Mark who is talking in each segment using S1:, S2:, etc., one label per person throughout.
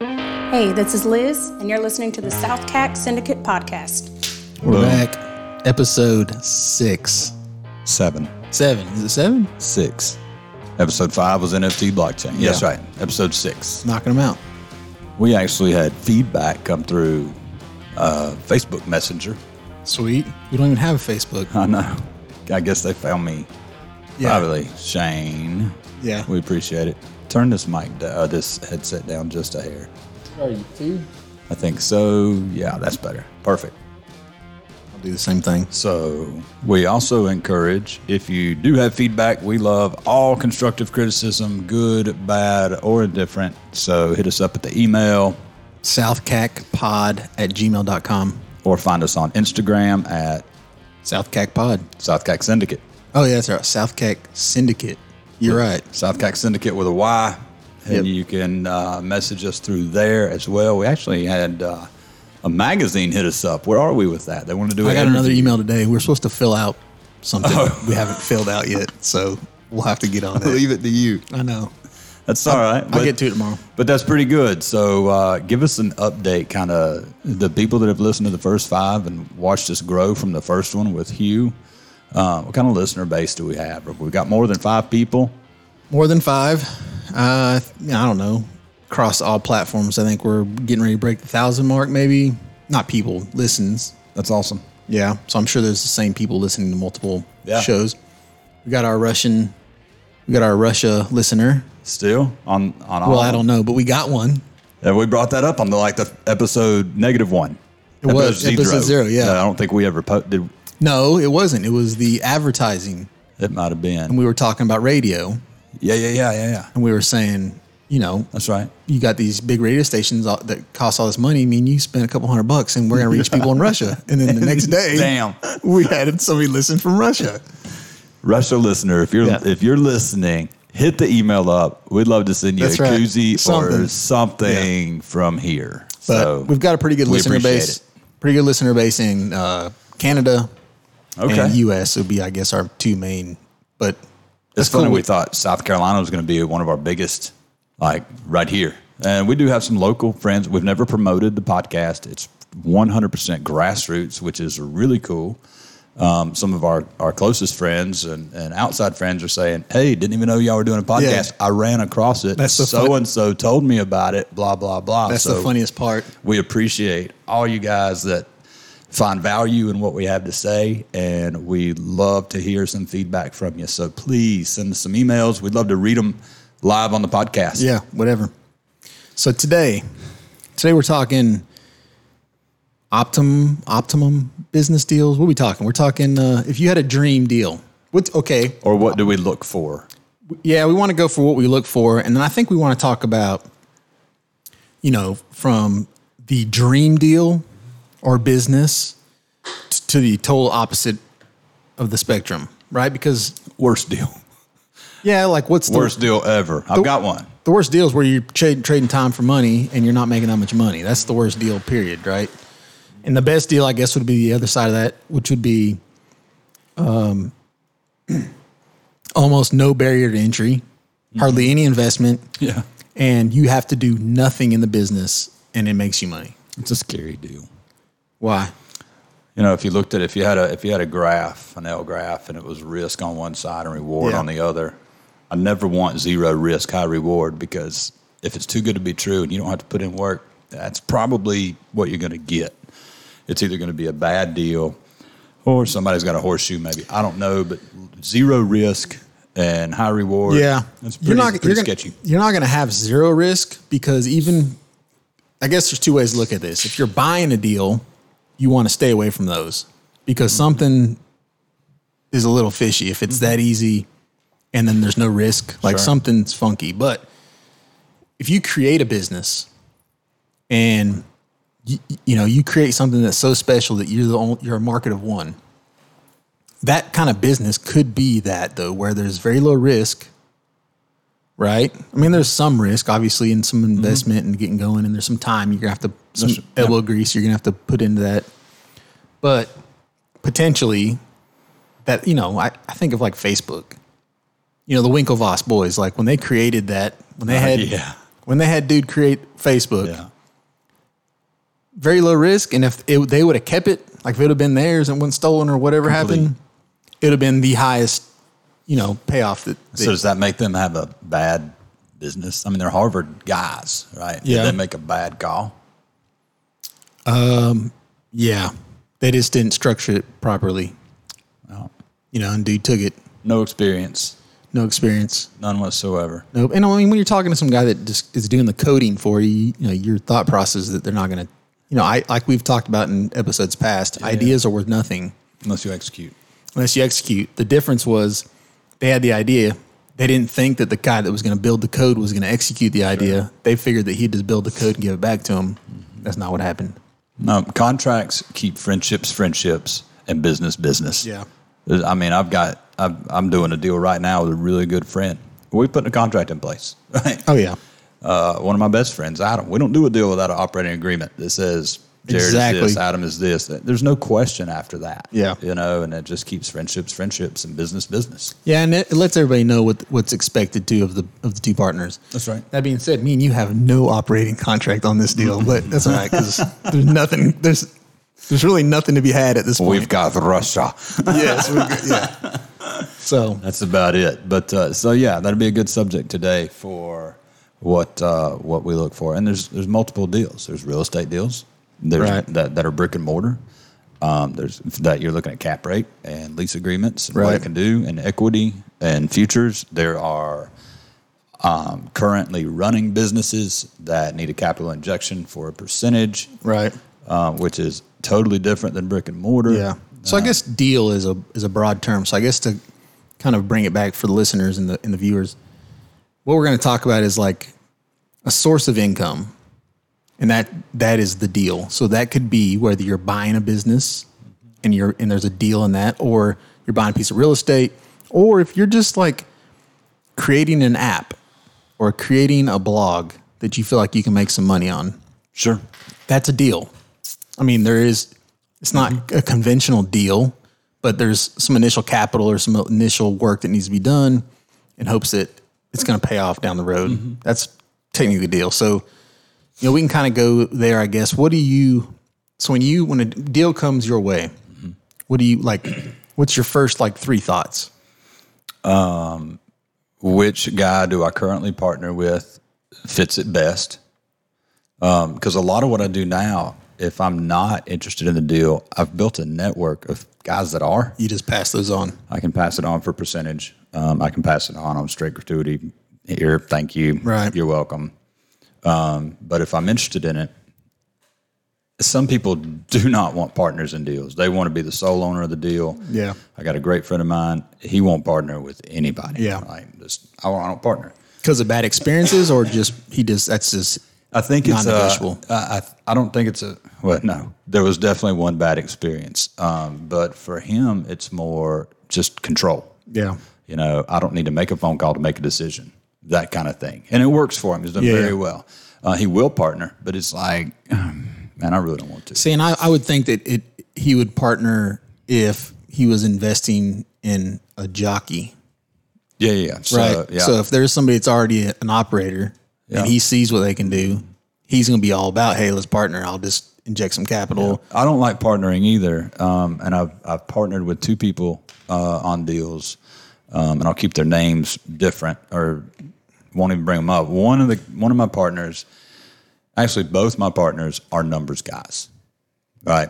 S1: Hey, this is Liz, and you're listening to the South CAC Syndicate Podcast.
S2: We're
S3: Boom.
S2: back. Episode six.
S3: Seven.
S2: Seven. Is it seven?
S3: Six. Episode five was NFT blockchain. Yeah, That's
S2: Yeah.
S3: right. Episode six.
S2: Knocking them out.
S3: We actually had feedback come through uh, Facebook Messenger.
S2: Sweet. We don't even have a Facebook.
S3: I know. I guess they found me
S2: Yeah.
S3: probably. Shane.
S2: Yeah.
S3: We appreciate it. Turn this mic, da- uh, this headset down just a hair.
S4: Are you two?
S3: I think so. Yeah, that's better. Perfect.
S2: I'll do the same thing.
S3: So, we also encourage if you do have feedback, we love all constructive criticism, good, bad, or indifferent. So, hit us up at the email
S2: Southcacpod at gmail.com.
S3: or find us on Instagram at
S2: Southcacpod.
S3: South Cac Syndicate.
S2: Oh, yeah, that's right. Southcac Syndicate. You're right.
S3: South Cac Syndicate with a Y. And
S2: Yep.
S3: you can uh, message us through there as well. We actually had uh, a magazine hit us up. Where are we with that? They want to do
S2: I
S3: an
S2: got another
S3: interview.
S2: email today. We're supposed to fill out something we haven't filled out yet. So we'll have to get on it.
S3: Leave it to you.
S2: I know.
S3: That's all right.
S2: I'll get to it tomorrow.
S3: But that's pretty good. So uh, give us an update, kind of the people that have listened to the first five and watched us grow from the first one with Hugh. Uh, what kind of listener base do we have? Have we got more than five people?
S2: More than five. Uh, I don't know. Across all platforms, I think we're getting ready to break the thousand mark, maybe. Not people, listens.
S3: That's awesome.
S2: Yeah. So I'm sure there's the same people listening to multiple
S3: Yeah.
S2: shows. We got our Russian, we got our Russia listener.
S3: Still on on all.
S2: Well, I don't know, but we got one.
S3: And we brought that up on the like the episode negative one.
S2: It was episode zero, yeah.
S3: I don't think we ever po- did.
S2: No, it wasn't. It was the advertising.
S3: It might have been.
S2: We were talking about radio
S3: Yeah, yeah, yeah, yeah, yeah.
S2: and we were saying, you know,
S3: That's right.
S2: you got these big radio stations all- that cost all this money. I mean, you spent a couple hundred bucks and we're going to reach people in Russia. And then the next day,
S3: Damn.
S2: we had somebody listen from Russia.
S3: Russia listener, if you're
S2: Yeah.
S3: if you're listening, hit the email up. We'd love to send you
S2: That's
S3: a
S2: right.
S3: koozie or
S2: Something.
S3: something from here.
S2: But
S3: so
S2: we've got a pretty good
S3: we
S2: listener
S3: appreciate
S2: base.
S3: it.
S2: Pretty good listener base in uh, Canada
S3: Okay.
S2: and U.S. would be, I guess, our two main. But
S3: it's funny we thought South Carolina was going to be one of our biggest, like right here. And we do have some local friends. We've never promoted the podcast. It's 100% grassroots, which is really cool. Um, some of our, our closest friends and, and outside friends are saying, Hey, didn't even know y'all were doing a podcast. I ran across it.
S2: That's the fun-
S3: So and so told me about it, blah, blah, blah.
S2: That's the
S3: So-
S2: funniest part.
S3: We appreciate all you guys that find value in what we have to say, and we love to hear some feedback from you. So please send us some emails. We'd love to read them live on the podcast.
S2: Yeah, whatever. So today, today we're talking optimum optimum business deals. What are we talking? We're talking uh, if you had a dream deal. What? Okay,
S3: Or what do we look for?
S2: yeah, we want to go for what we look for, and then I think we want to talk about, you know, from the dream deal or business t- to the total opposite of the spectrum, right? Because
S3: Worst deal.
S2: yeah, like what's the
S3: Worst deal ever. I've got one.
S2: The worst deal is where you're tra- trading time for money and you're not making that much money. That's the worst deal, period, right? And the best deal, I guess, would be the other side of that, which would be um, almost no barrier to entry, hardly any investment,
S3: Yeah.
S2: and you have to do nothing in the business and it makes you money.
S3: It's a scary deal.
S2: Why?
S3: You know, if you looked at if you had a if you had a graph, an L graph, and it was risk on one side and reward
S2: Yeah.
S3: on the other, I never want zero risk, high reward because if it's too good to be true and you don't have to put in work, that's probably what you're going to get. It's either going to be a bad deal or somebody's got a horseshoe maybe. I don't know, but zero risk and high reward.
S2: Yeah,
S3: That's pretty, pretty
S2: you're gonna,
S3: sketchy.
S2: You're not going to have zero risk because even, I guess there's two ways to look at this. If you're buying a deal, you want to stay away from those because
S3: Mm-hmm.
S2: something is a little fishy. If it's that easy, and then there's no risk, like
S3: Sure.
S2: something's funky. But if you create a business, and you, you know you create something that's so special that you're the only, you're a market of one. That kind of business could be that though, where there's very low risk, right? I mean, there's some risk obviously in some investment and getting going, and there's some time you're gonna have to some
S3: That's- yeah.
S2: elbow grease you're gonna have to put into that, but potentially that you know I, I think of like Facebook, you know the Winklevoss boys like when they created that when they had
S3: Uh, yeah.
S2: when they had dude create Facebook
S3: Yeah.
S2: very low risk. And if it, they would have kept it, like if it would have been theirs and wasn't stolen or whatever
S3: Complete.
S2: happened, it would have been the highest, you know, payoff that. that-
S3: So does that make them have a bad business? I mean, they're Harvard guys, right? Did
S2: Yeah.
S3: they make a bad call?
S2: yeah, they just didn't structure it properly.
S3: No.
S2: You know, and dude took it,
S3: No experience,
S2: no experience.
S3: none whatsoever.
S2: Nope. And I mean, when you're talking to some guy that just is doing the coding for you, you know, your thought process that they're not going to, you know, I like we've talked about in episodes past, ideas are worth nothing
S3: Unless you execute.
S2: unless you execute. The difference was they had the idea. They didn't think that the guy that was going to build the code was going to execute the idea. They figured that he'd just build the code and give it back to him. That's not what happened.
S3: No, Um, contracts keep friendships, friendships, and business, business.
S2: Yeah.
S3: There's- I mean, I've got, I've, I'm doing a deal right now with a really good friend. We put a contract in place, right?
S2: Oh, yeah.
S3: uh, one of my best friends, Adam. We don't do a deal without an operating agreement that says Jared is this,
S2: Exactly.
S3: Adam is this. There's no question after that.
S2: Yeah.
S3: you know, and it just keeps friendships, friendships, and business, business.
S2: Yeah, and it, it lets everybody know what what's expected too of the of the two partners.
S3: That's right.
S2: That being said, me and you have no operating contract on this deal, but that's all right because there's nothing there's there's really nothing to be had at this point.
S3: We've got Russia.
S2: yes, we've got- yeah. So
S3: That's about it. But uh, so yeah, that'd be a good subject today for what uh, what we look for. And there's there's multiple deals. There's real estate deals. There's
S2: Right.
S3: that, that are brick and mortar. Um, there's that you're looking at cap rate and lease agreements and what
S2: Right.
S3: it can do and equity and futures. There are um, currently running businesses that need a capital injection for a percentage,
S2: right,
S3: uh, which is totally different than brick and mortar.
S2: yeah. So I guess deal is a is a broad term. So I guess to kind of bring it back for the listeners and the and the viewers, what we're going to talk about is like a source of income, and that that is the deal. So that could be whether you're buying a business and you're and there's a deal in that, or you're buying a piece of real estate, or if you're just like creating an app or creating a blog that you feel like you can make some money on.
S3: Sure.
S2: that's a deal. I mean, there is, it's not a conventional deal, but there's some initial capital or some initial work that needs to be done in hopes that it's going to pay off down the road. That's technically the deal. So, you know, we can kind of go there, I guess. What do you, so when you, when a deal comes your way, what do you like, what's your first like three thoughts?
S3: which guy do I currently partner with fits it best? Because a lot of what I do now, if I'm not interested in the deal, I've built a network of guys that are.
S2: You just pass those on.
S3: I can pass it on for percentage. Um, I can pass it on on straight gratuity. Here, thank you.
S2: Right.
S3: You're welcome. Um, but if I'm interested in it, some people do not want partners in deals. They want to be the sole owner of the deal.
S2: Yeah.
S3: I got a great friend of mine. He won't partner with anybody.
S2: Yeah.
S3: Like, just, I, won't- I don't partner.
S2: Because of bad experiences or just, he just, that's just,
S3: I think it's
S2: Non-negotiable.
S3: A, I, I I don't think it's a well. No, there was definitely one bad experience, um, but for him, it's more just control.
S2: yeah.
S3: You know, I don't need to make a phone call to make a decision, that kind of thing, and it works for him. He's done
S2: Yeah,
S3: very
S2: yeah.
S3: well. Uh, he will partner, but it's like, um, man, I really don't want to.
S2: See, and I, I would think that it he would partner if he was investing in a jockey,
S3: Yeah, yeah, yeah. So,
S2: right?
S3: Yeah.
S2: So if there's somebody that's already an operator and he sees what they can do, he's going to be all about, hey, let's partner. I'll just inject some capital.
S3: I don't like partnering either, um, and I've I've partnered with two people uh, on deals, um, and I'll keep their names different or won't even bring them up. One of the one of my partners, actually both my partners are numbers guys, right?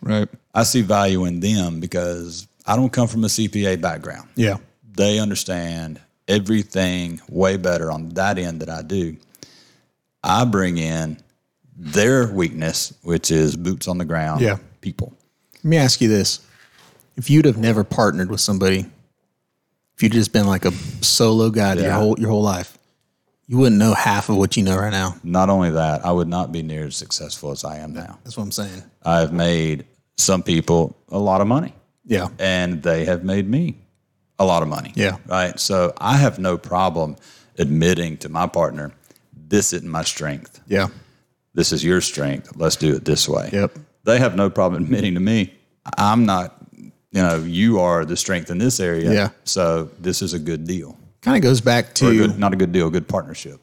S2: Right.
S3: I see value in them because I don't come from a CPA background
S2: Yeah.
S3: they understand everything way better on that end than I do. I bring in their weakness, which is boots on the ground
S2: Yeah.
S3: people.
S2: Let me ask you this: If you'd have never partnered with somebody, if you'd just been like a solo guy your
S3: Yeah.
S2: whole your whole life, you wouldn't know half of what you know right now.
S3: Not only that, I would not be near as successful as I am now.
S2: That's what I'm saying.
S3: I've made some people a lot of money,
S2: Yeah.
S3: and they have made me a lot of money.
S2: Yeah.
S3: Right. So I have no problem admitting to my partner, this isn't my strength.
S2: Yeah.
S3: this is your strength. Let's do it this way.
S2: Yep.
S3: They have no problem admitting to me, I'm not, you know, you are the strength in this area.
S2: Yeah.
S3: So this is a good deal.
S2: Kind of goes back to
S3: Or a good, not a good deal, a good partnership.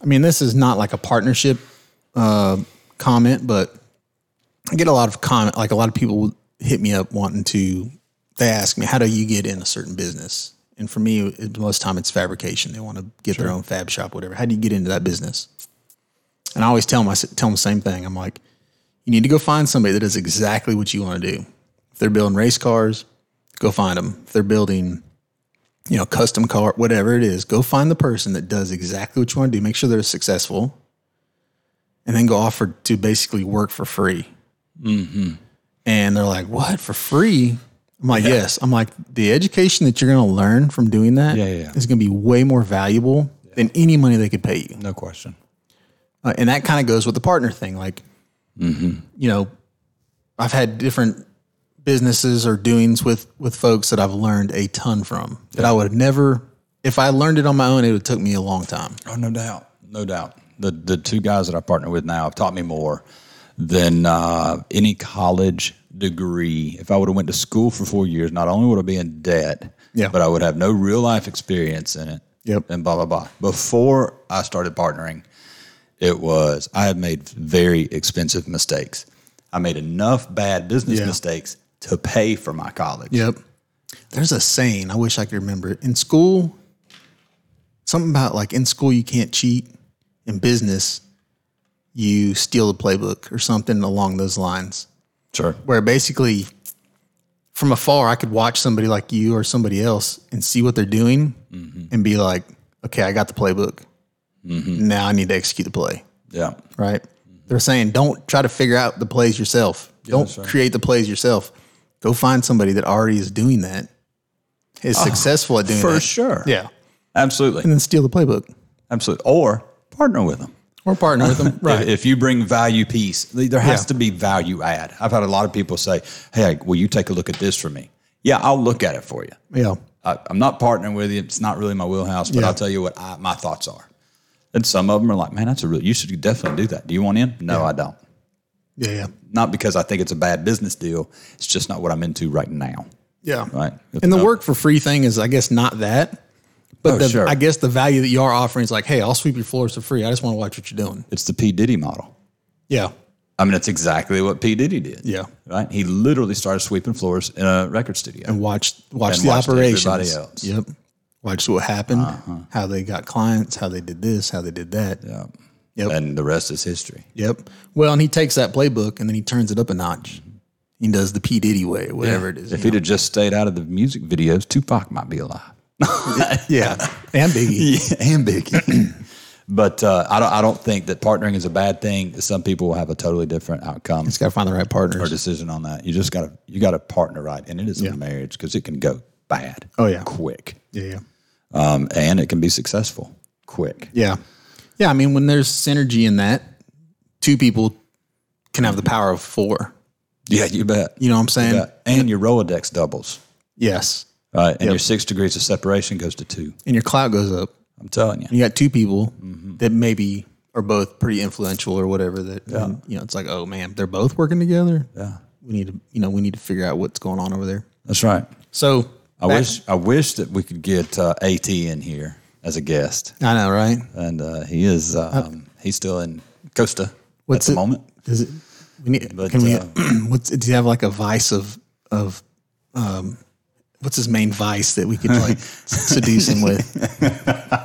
S2: I mean, this is not like a partnership uh, comment, but I get a lot of comment, like a lot of people hit me up wanting to, they ask me, how do you get in a certain business? And for me, it, most time it's fabrication. They want to get their own fab shop, whatever. How do you get into that business? And I always tell them, I s- tell them the same thing. I'm like, you need to go find somebody that does exactly what you want to do. If they're building race cars, go find them. If they're building, you know, custom car, whatever it is, go find the person that does exactly what you want to do. Make sure they're successful, and then go offer to basically work for free.
S3: Mm-hmm.
S2: And they're like, "What for free?" I'm like, "Yes." I'm like, "The education that you're going to learn from doing that
S3: Yeah, yeah, yeah.
S2: is going to be way more valuable than any money they could pay you."
S3: No question.
S2: Uh, and that kind of goes with the partner thing. Like, you know, I've had different businesses or doings with with folks that I've learned a ton from that I would have never, if I learned it on my own, it would have took me a long time.
S3: Oh, no doubt, no doubt. The the two guys that I partner with now have taught me more than uh, any college degree. If I would have went to school for four years, not only would I be in debt,
S2: Yeah.
S3: but I would have no real life experience in it.
S2: Yep.
S3: And blah blah blah. Before I started partnering, it was I had made very expensive mistakes. I made enough bad business
S2: Yeah.
S3: mistakes to pay for my college.
S2: Yep. There's a saying I wish I could remember it in school. Something about like in school you can't cheat, in business you steal the playbook or something along those lines.
S3: Sure.
S2: where basically from afar I could watch somebody like you or somebody else and see what they're doing
S3: Mm-hmm.
S2: and be like, okay, I got the playbook.
S3: Mm-hmm.
S2: Now I need to execute the play,
S3: Yeah.
S2: right?
S3: Mm-hmm.
S2: They're saying don't try to figure out the plays yourself. don't create the plays yourself. Go find somebody that already is doing that, is successful at doing
S3: Ah, For
S2: that.
S3: sure.
S2: Yeah.
S3: Absolutely.
S2: And then steal the playbook
S3: Absolutely. Or partner with them.
S2: or partner with them.
S3: If, if you bring value piece, there has
S2: Yeah.
S3: to be value add. I've had a lot of people say, "Hey, will you take a look at this for me?" Yeah, I'll look at it for you.
S2: Yeah.
S3: I, I'm not partnering with you. It's not really my wheelhouse, but
S2: Yeah.
S3: I'll tell you what I, my thoughts are. And some of them are like, "Man, that's a real. You should definitely do that. Do you want in?" No, I don't.
S2: Yeah. Yeah.
S3: Not because I think it's a bad business deal. It's just not what I'm into right now.
S2: Yeah.
S3: Right.
S2: And the
S3: No.
S2: work for free thing is, I guess, not that. But
S3: Oh,
S2: the,
S3: sure.
S2: I guess the value that you are offering is like, hey, I'll sweep your floors for free. I just want to watch what you're doing.
S3: It's the P Diddy model.
S2: Yeah.
S3: I mean, that's exactly what P Diddy did.
S2: Yeah.
S3: Right. He literally started sweeping floors in a record studio.
S2: And watch watch
S3: And
S2: the
S3: watched
S2: operations.
S3: everybody else. Uh-huh.
S2: Yep. Watch what happened, how they got clients, how they did this, how they did that.
S3: Yeah.
S2: Yep.
S3: And the rest is history.
S2: Yep. Well, and he takes that playbook and then he turns it up a notch. He does the P Diddy way, whatever it is.
S3: If he'd have just stayed out of the music videos, Tupac might be alive.
S2: yeah. And Biggie.
S3: Yeah, and Biggie. but uh, I don't. I don't think that partnering is a bad thing. Some people will have a totally different outcome
S2: Just got to find the right
S3: or
S2: partners.
S3: decision on that. You just got to. You got to partner right, and it is a marriage because it can go bad.
S2: Oh, yeah.
S3: quick,
S2: yeah. Yeah.
S3: um, and it can be successful quick.
S2: Yeah. Yeah. I mean, when there's synergy in that, two people can have the power of four.
S3: Yeah, you bet.
S2: You know what I'm saying?
S3: Yeah. And your Rolodex doubles,
S2: Yes.
S3: right? And your six degrees of separation goes to two.
S2: And your clout goes up.
S3: I'm telling you.
S2: You got two people
S3: Mm-hmm.
S2: that maybe are both pretty influential or whatever that and, you know, it's like, oh man, they're both working together. Yeah. We need to you know, we need to figure out what's going on over there.
S3: That's right.
S2: So
S3: I
S2: back-
S3: wish I wish that we could get uh, At in here as a guest,
S2: I know, right?
S3: and uh, he is um, he's still in Costa
S2: What's
S3: at the
S2: it-
S3: moment.
S2: Does it we need
S3: But,
S2: can we
S3: uh,
S2: what's do you have like a vice of of um what's his main vice that we could like seduce him with?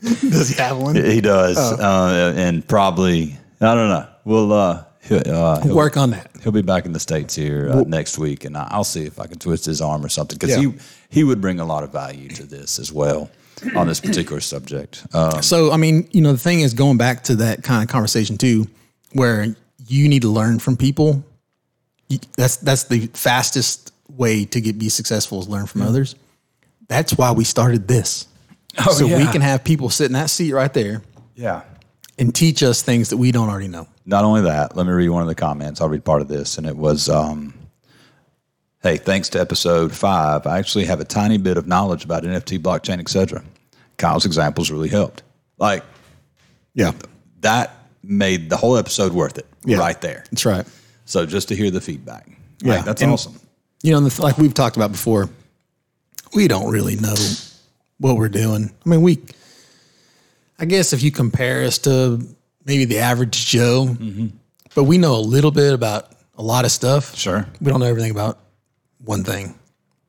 S2: Does he have one?
S3: He does,
S2: Oh.
S3: uh, and probably I don't know. We'll uh, he'll, uh, he'll,
S2: Work on that.
S3: he'll be back in the states here uh, next week, and I- I'll see if I can twist his arm or something because
S2: Yeah.
S3: he he would bring a lot of value to this as well on this particular subject. Um,
S2: So, I mean, you know, the thing is going back to that kind of conversation too, where you need to learn from people. You- That's that's the fastest way to get be successful is learn from others. That's why we started this, so we can have people sit in that seat right there
S3: yeah.
S2: and teach us things that we don't already know.
S3: Not only that, let me read one of the comments. I'll read part of this, and it was, um, "Hey, thanks to episode five, I actually have a tiny bit of knowledge about NFT, blockchain, etc. Kyle's examples really helped. Like
S2: Yeah,
S3: that made the whole episode worth it,
S2: Yeah.
S3: right there.
S2: that's right.
S3: So just to hear the feedback, Like,
S2: Yeah.
S3: that's
S2: And-
S3: awesome.
S2: You know, and the, th- like we've talked about before, we don't really know what we're doing. I mean, we, I guess, if you compare us to maybe the average Joe, But we know a little bit about a lot of stuff.
S3: Sure.
S2: We don't know everything about one thing.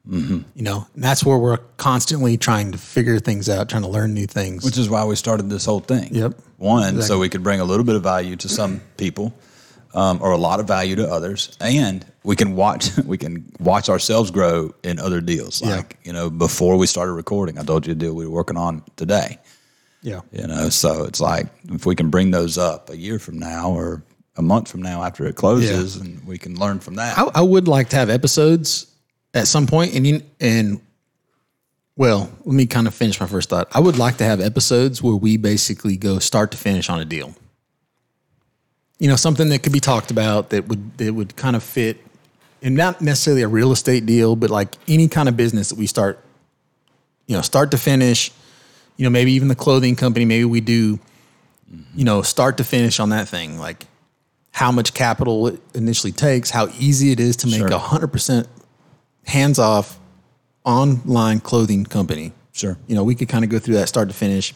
S2: You know, and that's where we're constantly trying to figure things out, trying to learn new things.
S3: Which is why we started this whole thing.
S2: Yep.
S3: One, so we could bring a little bit of value to some people, um, or a lot of value to others, and we can watch we can watch ourselves grow in other deals.
S2: Yeah.
S3: Like you know, before we started recording, I told you a deal we were working on today.
S2: yeah.
S3: You know, so it's like if we can bring those up a year from now or a month from now after it closes, and we can learn from that.
S2: I, I would like to have episodes at some point, and you, and well, let me kind of finish my first thought. I would like to have episodes where we basically go start to finish on a deal. You know, something that could be talked about that would that would kind of fit, and not necessarily a real estate deal, but like any kind of business that we start, you know, start to finish. You know, maybe even the clothing company. Maybe we do,
S3: Mm-hmm.
S2: you know, start to finish on that thing. Like, how much capital it initially takes, how easy it is to make
S3: Sure.
S2: a hundred percent hands off online clothing company.
S3: Sure.
S2: You know, we could kind of go through that start to finish.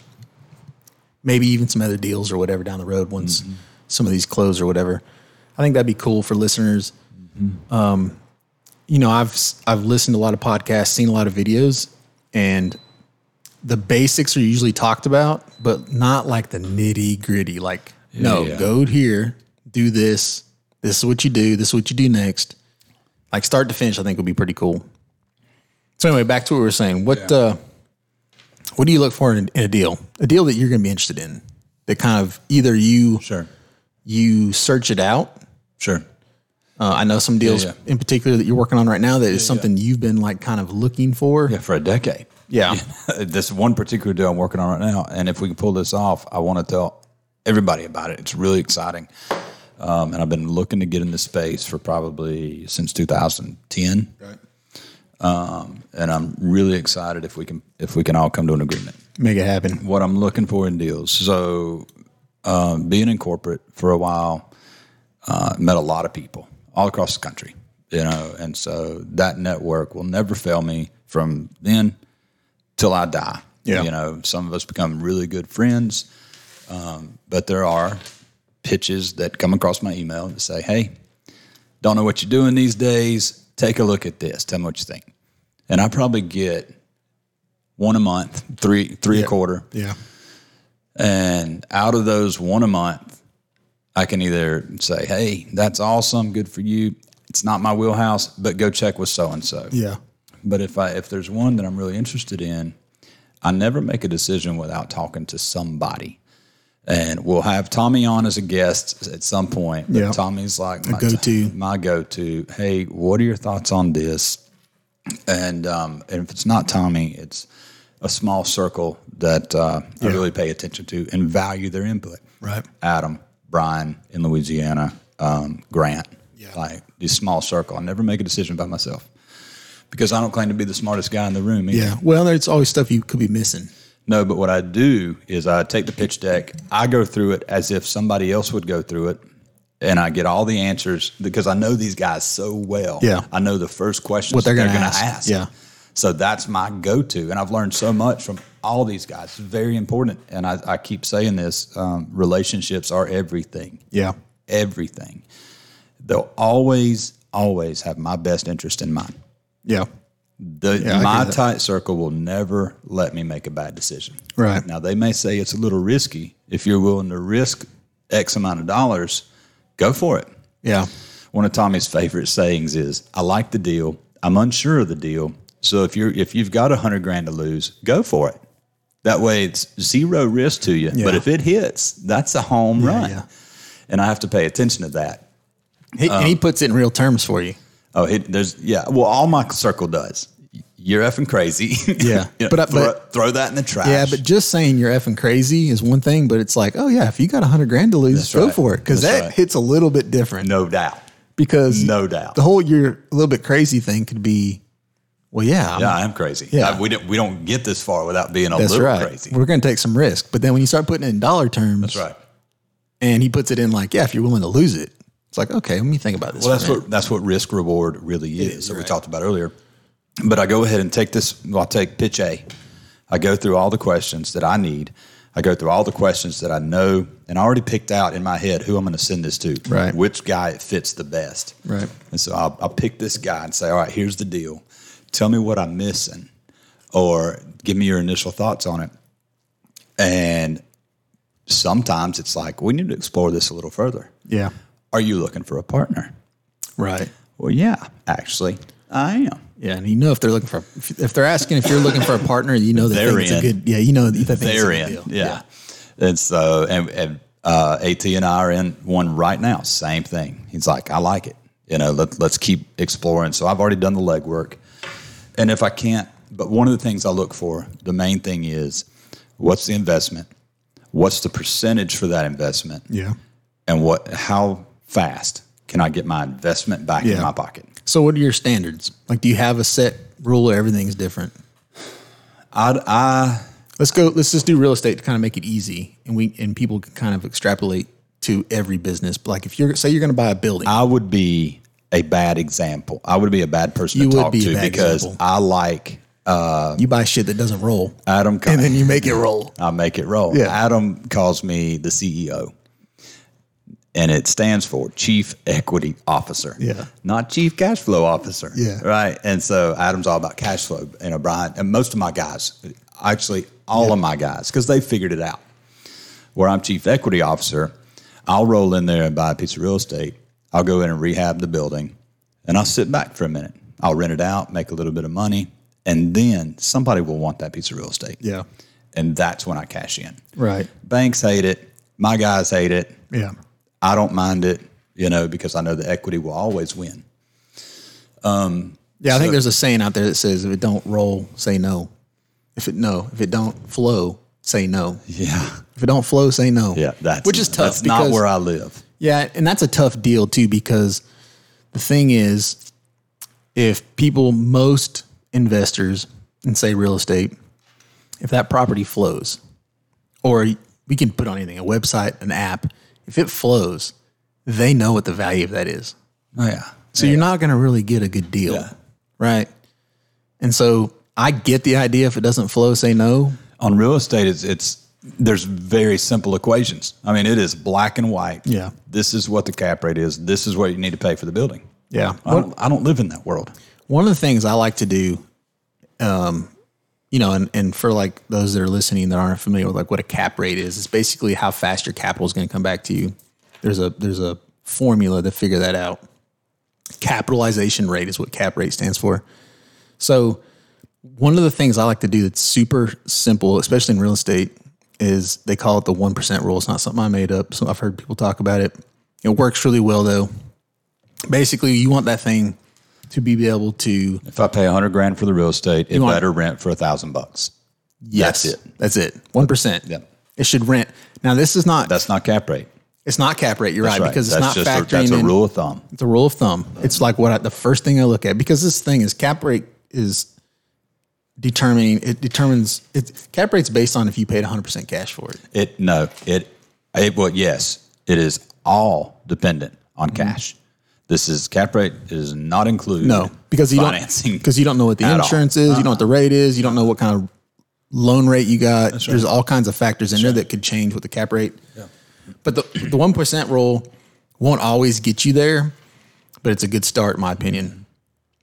S2: Maybe even some other deals or whatever down the road once
S3: Mm-hmm.
S2: some of these close or whatever. I think that'd be cool for listeners. Um, you know, I've s- I've listened to a lot of podcasts, seen a lot of videos, and the basics are usually talked about, but not like the nitty gritty. Like, no,
S3: Yeah.
S2: go here, do this. This is what you do. This is what you do next. Like start to finish, I think would be pretty cool. So anyway, back to what we were saying. What uh, what do you look for in, in a deal? A deal that you're going to be interested in. That kind of either you
S3: sure.
S2: you search it out.
S3: Sure.
S2: Uh, I know some deals
S3: yeah.
S2: in particular that you're working on right now that is something you've been like kind of looking for.
S3: Yeah, for a decade.
S2: Yeah.
S3: this one particular deal I'm working on right now, and if we can pull this off, I want to tell everybody about it. It's really exciting, um, and I've been looking to get in this space for probably since 2010,
S2: Right.
S3: Um, and I'm really excited if we can if we can all come to an agreement.
S2: Make it happen.
S3: What I'm looking for in deals, so um, being in corporate for a while, uh, met a lot of people all across the country, you know, and so that network will never fail me from then till I die.
S2: Yeah.
S3: You know, some of us become really good friends, um, but there are pitches that come across my email that say, hey, don't know what you're doing these days. Take a look at this. Tell me what you think. And I probably get one a month, three, three a quarter.
S2: Yeah.
S3: And out of those one a month, I can either say, hey, that's awesome, good for you. It's not my wheelhouse, but go check with so and so.
S2: Yeah.
S3: But if I if there's one that I'm really interested in, I never make a decision without talking to somebody. And we'll have Tommy on as a guest at some point. But
S2: Yeah.
S3: Tommy's like my
S2: go-to.
S3: My go-to. Hey, what are your thoughts on this? And um, and if it's not Tommy, it's a small circle that uh, I really pay attention to and value their input.
S2: Right.
S3: Adam, Brian in Louisiana, um, Grant. Yeah. Like this small circle. I never make a decision by myself because I don't claim to be the smartest guy in the room. Either.
S2: Yeah. Well, there's always stuff you could be missing.
S3: No, but what I do is I take the pitch deck, I go through it as if somebody else would go through it, and I get all the answers because I know these guys so well.
S2: Yeah.
S3: I know the first questions
S2: What they're
S3: they're
S2: gonna
S3: going to
S2: ask.
S3: ask.
S2: Yeah.
S3: So that's my go to. And I've learned so much from all these guys. It's very important. And I, I keep saying this um, relationships are everything
S2: Yeah.
S3: everything. They'll always, always have my best interest in mind.
S2: Yeah.
S3: The,
S2: I
S3: my
S2: get that.
S3: tight circle will never let me make a bad decision.
S2: Right.
S3: Now, they may say it's a little risky. If you're willing to risk X amount of dollars, go for it.
S2: Yeah.
S3: One of Tommy's favorite sayings is, I like the deal. I'm unsure of the deal. So if you're if you've got a hundred grand to lose, go for it. That way it's zero risk to you. But
S2: Yeah.
S3: if it hits, that's a home run.
S2: yeah.
S3: And I have to pay attention to that.
S2: He, and he
S3: Um,
S2: puts it in real terms for you.
S3: Oh, it, there's yeah. Well, all my circle does. You're effing crazy.
S2: Yeah. But
S3: but,
S2: I-
S3: throw,
S2: but-
S3: throw that in the trash.
S2: Yeah, but just saying you're effing crazy is one thing, but it's like, oh yeah, if you got a hundred grand to lose, go
S3: right.
S2: for it because
S3: That's
S2: that
S3: right.
S2: hits a little bit different.
S3: no doubt.
S2: because
S3: No doubt.
S2: the whole you're a little bit crazy thing could be, well, yeah, I'm-
S3: Yeah, I'm crazy.
S2: Yeah.
S3: I- we don't we don't get this far without being a
S2: that's
S3: little
S2: right.
S3: crazy.
S2: We're going to take some risk, but then when you start putting it in dollar terms,
S3: That's right.
S2: And he puts it in like, yeah, if you're willing to lose it, it's like, okay, let me think about this.
S3: Well, that's
S2: for a minute.
S3: what that's what risk reward really is, that we talked about earlier. But I go ahead and take this. Well, I take pitch A. I go through all the questions that I need. I go through all the questions that I know and I already picked out in my head who I'm going to send this to,
S2: Right.
S3: Which guy it fits the best,
S2: Right.
S3: And so I'll, I'll pick this guy and say, all right, here's the deal. Tell me what I'm missing, or give me your initial thoughts on it. And sometimes it's like we need to explore this a little further.
S2: Yeah.
S3: Are you looking for a partner?
S2: Right.
S3: Well, yeah, actually, I am.
S2: Yeah, and you know if they're looking for if if they're asking if you're looking for a partner, you know that
S3: They're
S2: thing's a
S3: in.
S2: good. Yeah, you know that thing's
S3: They're
S2: a good deal.
S3: in. Yeah. And so, and, and uh, AT and I are in one right now. Same thing. He's like, I like it. You know, let, let's keep exploring. So I've already done the legwork. And if I can't, but one of the things I look for, the main thing is what's the investment? What's the percentage for that investment?
S2: Yeah.
S3: And what, how fast can I get my investment back in
S2: Yeah.
S3: my pocket?
S2: So what are your standards? Like, do you have a set rule or everything's different?
S3: I'd, I,
S2: Let's go. Let's just do real estate to kind of make it easy, and we and people can kind of extrapolate to every business. But like, if you're say you're going to buy a building,
S3: I would be a bad example. I would be a bad person
S2: You
S3: to
S2: would
S3: talk
S2: be a
S3: to
S2: bad
S3: because
S2: example.
S3: I like
S2: you buy shit that doesn't roll,
S3: Adam.
S2: and then you make it roll.
S3: I make it roll.
S2: Yeah.
S3: Adam calls me the CEO. And it stands for Chief Equity Officer.
S2: Yeah.
S3: Not Chief Cash Flow Officer.
S2: Yeah.
S3: Right. And so Adam's all about cash flow. And O'Brien, and most of my guys, actually all of my guys, because they figured it out. Where I'm Chief Equity Officer, I'll roll in there and buy a piece of real estate. I'll go in and rehab the building and I'll sit back for a minute. I'll rent it out, make a little bit of money, and then somebody will want that piece of real estate
S2: Yeah.
S3: and that's when I cash in.
S2: Right.
S3: Banks hate it. My guys hate it.
S2: Yeah.
S3: I don't mind it, you know, because I know the equity will always win.
S2: Yeah. I think there's a saying out there that says if it don't roll, say no. If it no, if it don't flow, say no.
S3: Yeah,
S2: If it don't flow, say no.
S3: yeah, that's
S2: which is tough.
S3: That's not
S2: because-
S3: where I live.
S2: Yeah, and that's a tough deal too because the thing is, if people, most investors, and say real estate, if that property flows, or we can put on anything, a website, an app, if it flows, they know what the value of that is.
S3: Oh yeah,
S2: So you're not going to really get a good deal,
S3: Yeah.
S2: right? And so I get the idea. If it doesn't flow, say no.
S3: on real estate, it's, it's there's very simple equations. I mean, it is black and white.
S2: Yeah.
S3: this is what the cap rate is. This is what you need to pay for the building.
S2: Yeah.
S3: I don't, I don't live in that world.
S2: One of the things I like to do, um, you know, and, and for like those that are listening that aren't familiar with like what a cap rate is, it's basically how fast your capital is going to come back to you. There's a there's a formula to figure that out. Capitalization rate is what cap rate stands for. So one of the things I like to do that's super simple, especially in real estate, is they call it the one percent rule. It's not something I made up. So I've heard people talk about it. It works really well though. Basically, you want that thing to be able to
S3: If I pay a hundred grand for the real estate, it
S2: want-
S3: better rent for a thousand bucks.
S2: Yes,
S3: That's it.
S2: That's it. One percent.
S3: Yep.
S2: It should rent. Now this is not.
S3: That's not cap rate.
S2: it's not cap rate. You're right, because it's
S3: that's
S2: not
S3: just
S2: factoring
S3: a, that's a
S2: in-
S3: rule of thumb.
S2: It's a rule of thumb. It's like what I, the first thing I look at because this thing is cap rate is determining. It determines it. Cap rate's based on if you paid 100 percent cash for it.
S3: It no, it it well yes, it is all dependent on cash. This is cap rate is not included.
S2: No, because you
S3: financing
S2: don't because you don't know what the
S3: at all.
S2: insurance is. You don't know what the rate is. You don't know what kind of loan rate you got. There's all kinds of factors in there that could change with the cap rate. But the the one percent rule won't always get you there, but it's a good start, in my opinion.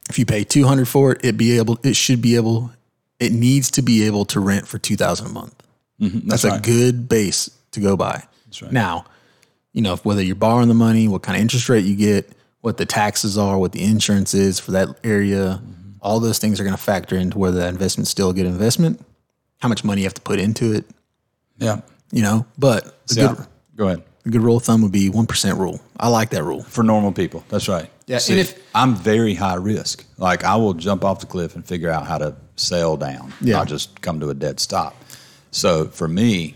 S2: If you pay two hundred for it, it be able it should be able it needs to be able to rent for two thousand a month.
S3: Mm-hmm.
S2: that's a good base to go by. That's
S3: right.
S2: Now, you know, if- whether you're borrowing the money, what kind of interest rate you get, what the taxes are, what the insurance is for that area, all those things are going to factor into whether that investment's still a good investment, how much money you have to put into it,
S3: yeah.
S2: you know. But a
S3: Yeah.
S2: good,
S3: Go ahead.
S2: a good rule of thumb would be 1% rule. I like that rule.
S3: For normal people. That's right.
S2: Yeah, and
S3: See,
S2: if-
S3: I'm very high risk. Like I will jump off the cliff and figure out how to sail down.
S2: Yeah.
S3: Not just come to a dead stop. So for me,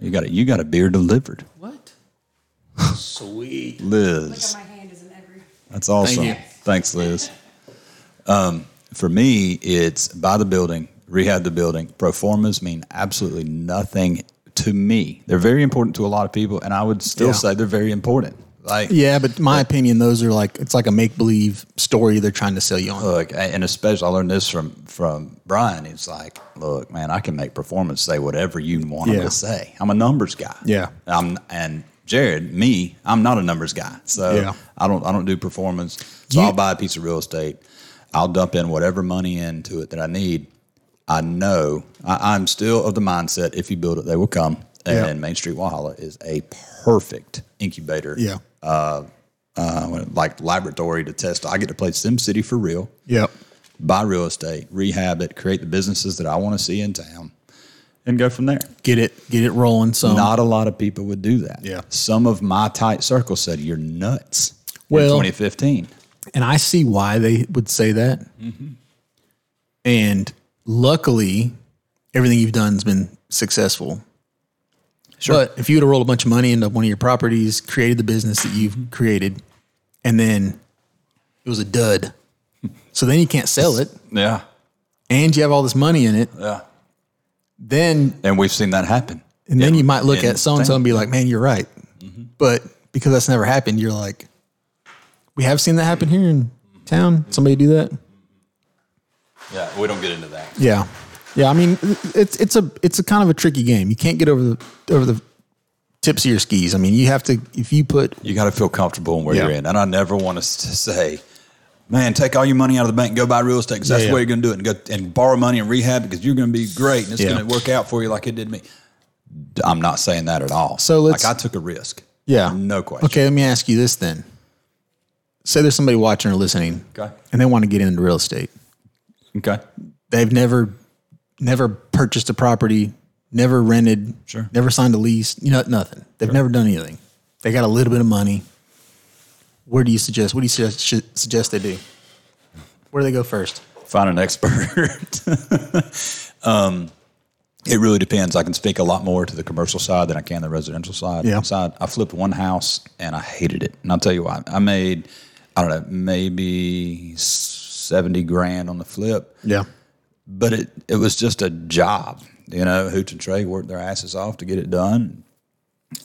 S3: you got a, you got a beer delivered.
S2: What? Sweet.
S3: Liz.
S1: My hand is in every.
S3: That's awesome.
S2: you.
S3: Thanks, Liz. Um, for me, it's buy the building, rehab the building. Proformas mean absolutely nothing to me. They're very important to a lot of people, and I would still
S2: Yeah.
S3: say they're very important. Like,
S2: Yeah, but my opinion, those are like it's like a make believe story they're trying to sell you on.
S3: look, and especially I learned this from from Brian. It's like, look, man, I can make performance say whatever you want him
S2: Yeah.
S3: to say. I'm a numbers guy.
S2: Yeah.
S3: I'm and Jared, me, I'm not a numbers guy. So
S2: Yeah.
S3: I don't I don't do performance. So
S2: You-
S3: I'll buy a piece of real estate. I'll dump in whatever money into it that I need. I know I, I'm still of the mindset if you build it, they will come.
S2: Yeah.
S3: And Main Street Wahala is a perfect incubator.
S2: Yeah.
S3: Uh, like laboratory to test. I get to play SimCity for real
S2: Yep.
S3: buy real estate, rehab it, create the businesses that I want to see in town, and go from there.
S2: Get it get it rolling some.
S3: Not a lot of people would do that.
S2: Yeah.
S3: Some of my tight circle said, You're nuts. in
S2: Well-
S3: 2015.
S2: and I see why they would say that. And luckily, everything you've done has been successful. Sure. But if you would have rolled a bunch of money into one of your properties, created the business that you've created, and then it was a dud, so then you can't sell it,
S3: Yeah.
S2: and you have all this money in it,
S3: Yeah.
S2: then
S3: And we've seen that happen.
S2: and then you might look
S3: in
S2: at so and so and be like, "Man, you're right," but because that's never happened, you're like, "We have seen that happen here in town. Somebody do that."
S3: Yeah. We don't get into that.
S2: Yeah, yeah. I mean, it's it's a it's a kind of a tricky game. You can't get over the over the tips of your skis. I mean, you have to if you put
S3: You got to feel comfortable in where
S2: Yeah.
S3: you're in. And I never want us to say, Man, take all your money out of the bank and go buy real estate because that's
S2: Yeah,
S3: the way
S2: yeah.
S3: you're going to do it and go and borrow money and rehab because you're going to be great and it's
S2: Yeah.
S3: going to work out for you like it did me. I'm not saying that at all.
S2: So let's-
S3: like I took a risk.
S2: yeah,
S3: No question.
S2: Okay, let me ask you this then. Say there's somebody watching or listening,
S3: Okay.
S2: and they want to get into real estate.
S3: Okay.
S2: They've never never purchased a property, never rented,
S3: Sure.
S2: never signed a lease, you know, nothing. They've never done anything. They got a little bit of money. Where do you suggest? What do you suggest, should- suggest they do? Where do they go first?
S3: Find an expert. um, it really depends. I can speak a lot more to the commercial side than I can the residential side.
S2: Yeah.
S3: Side. I flipped one house and I hated it. And I'll tell you why. I made, I don't know, maybe 70 grand on the flip,
S2: Yeah.
S3: but it, it was just a job. You know, Hoots and Trey worked their asses off to get it done.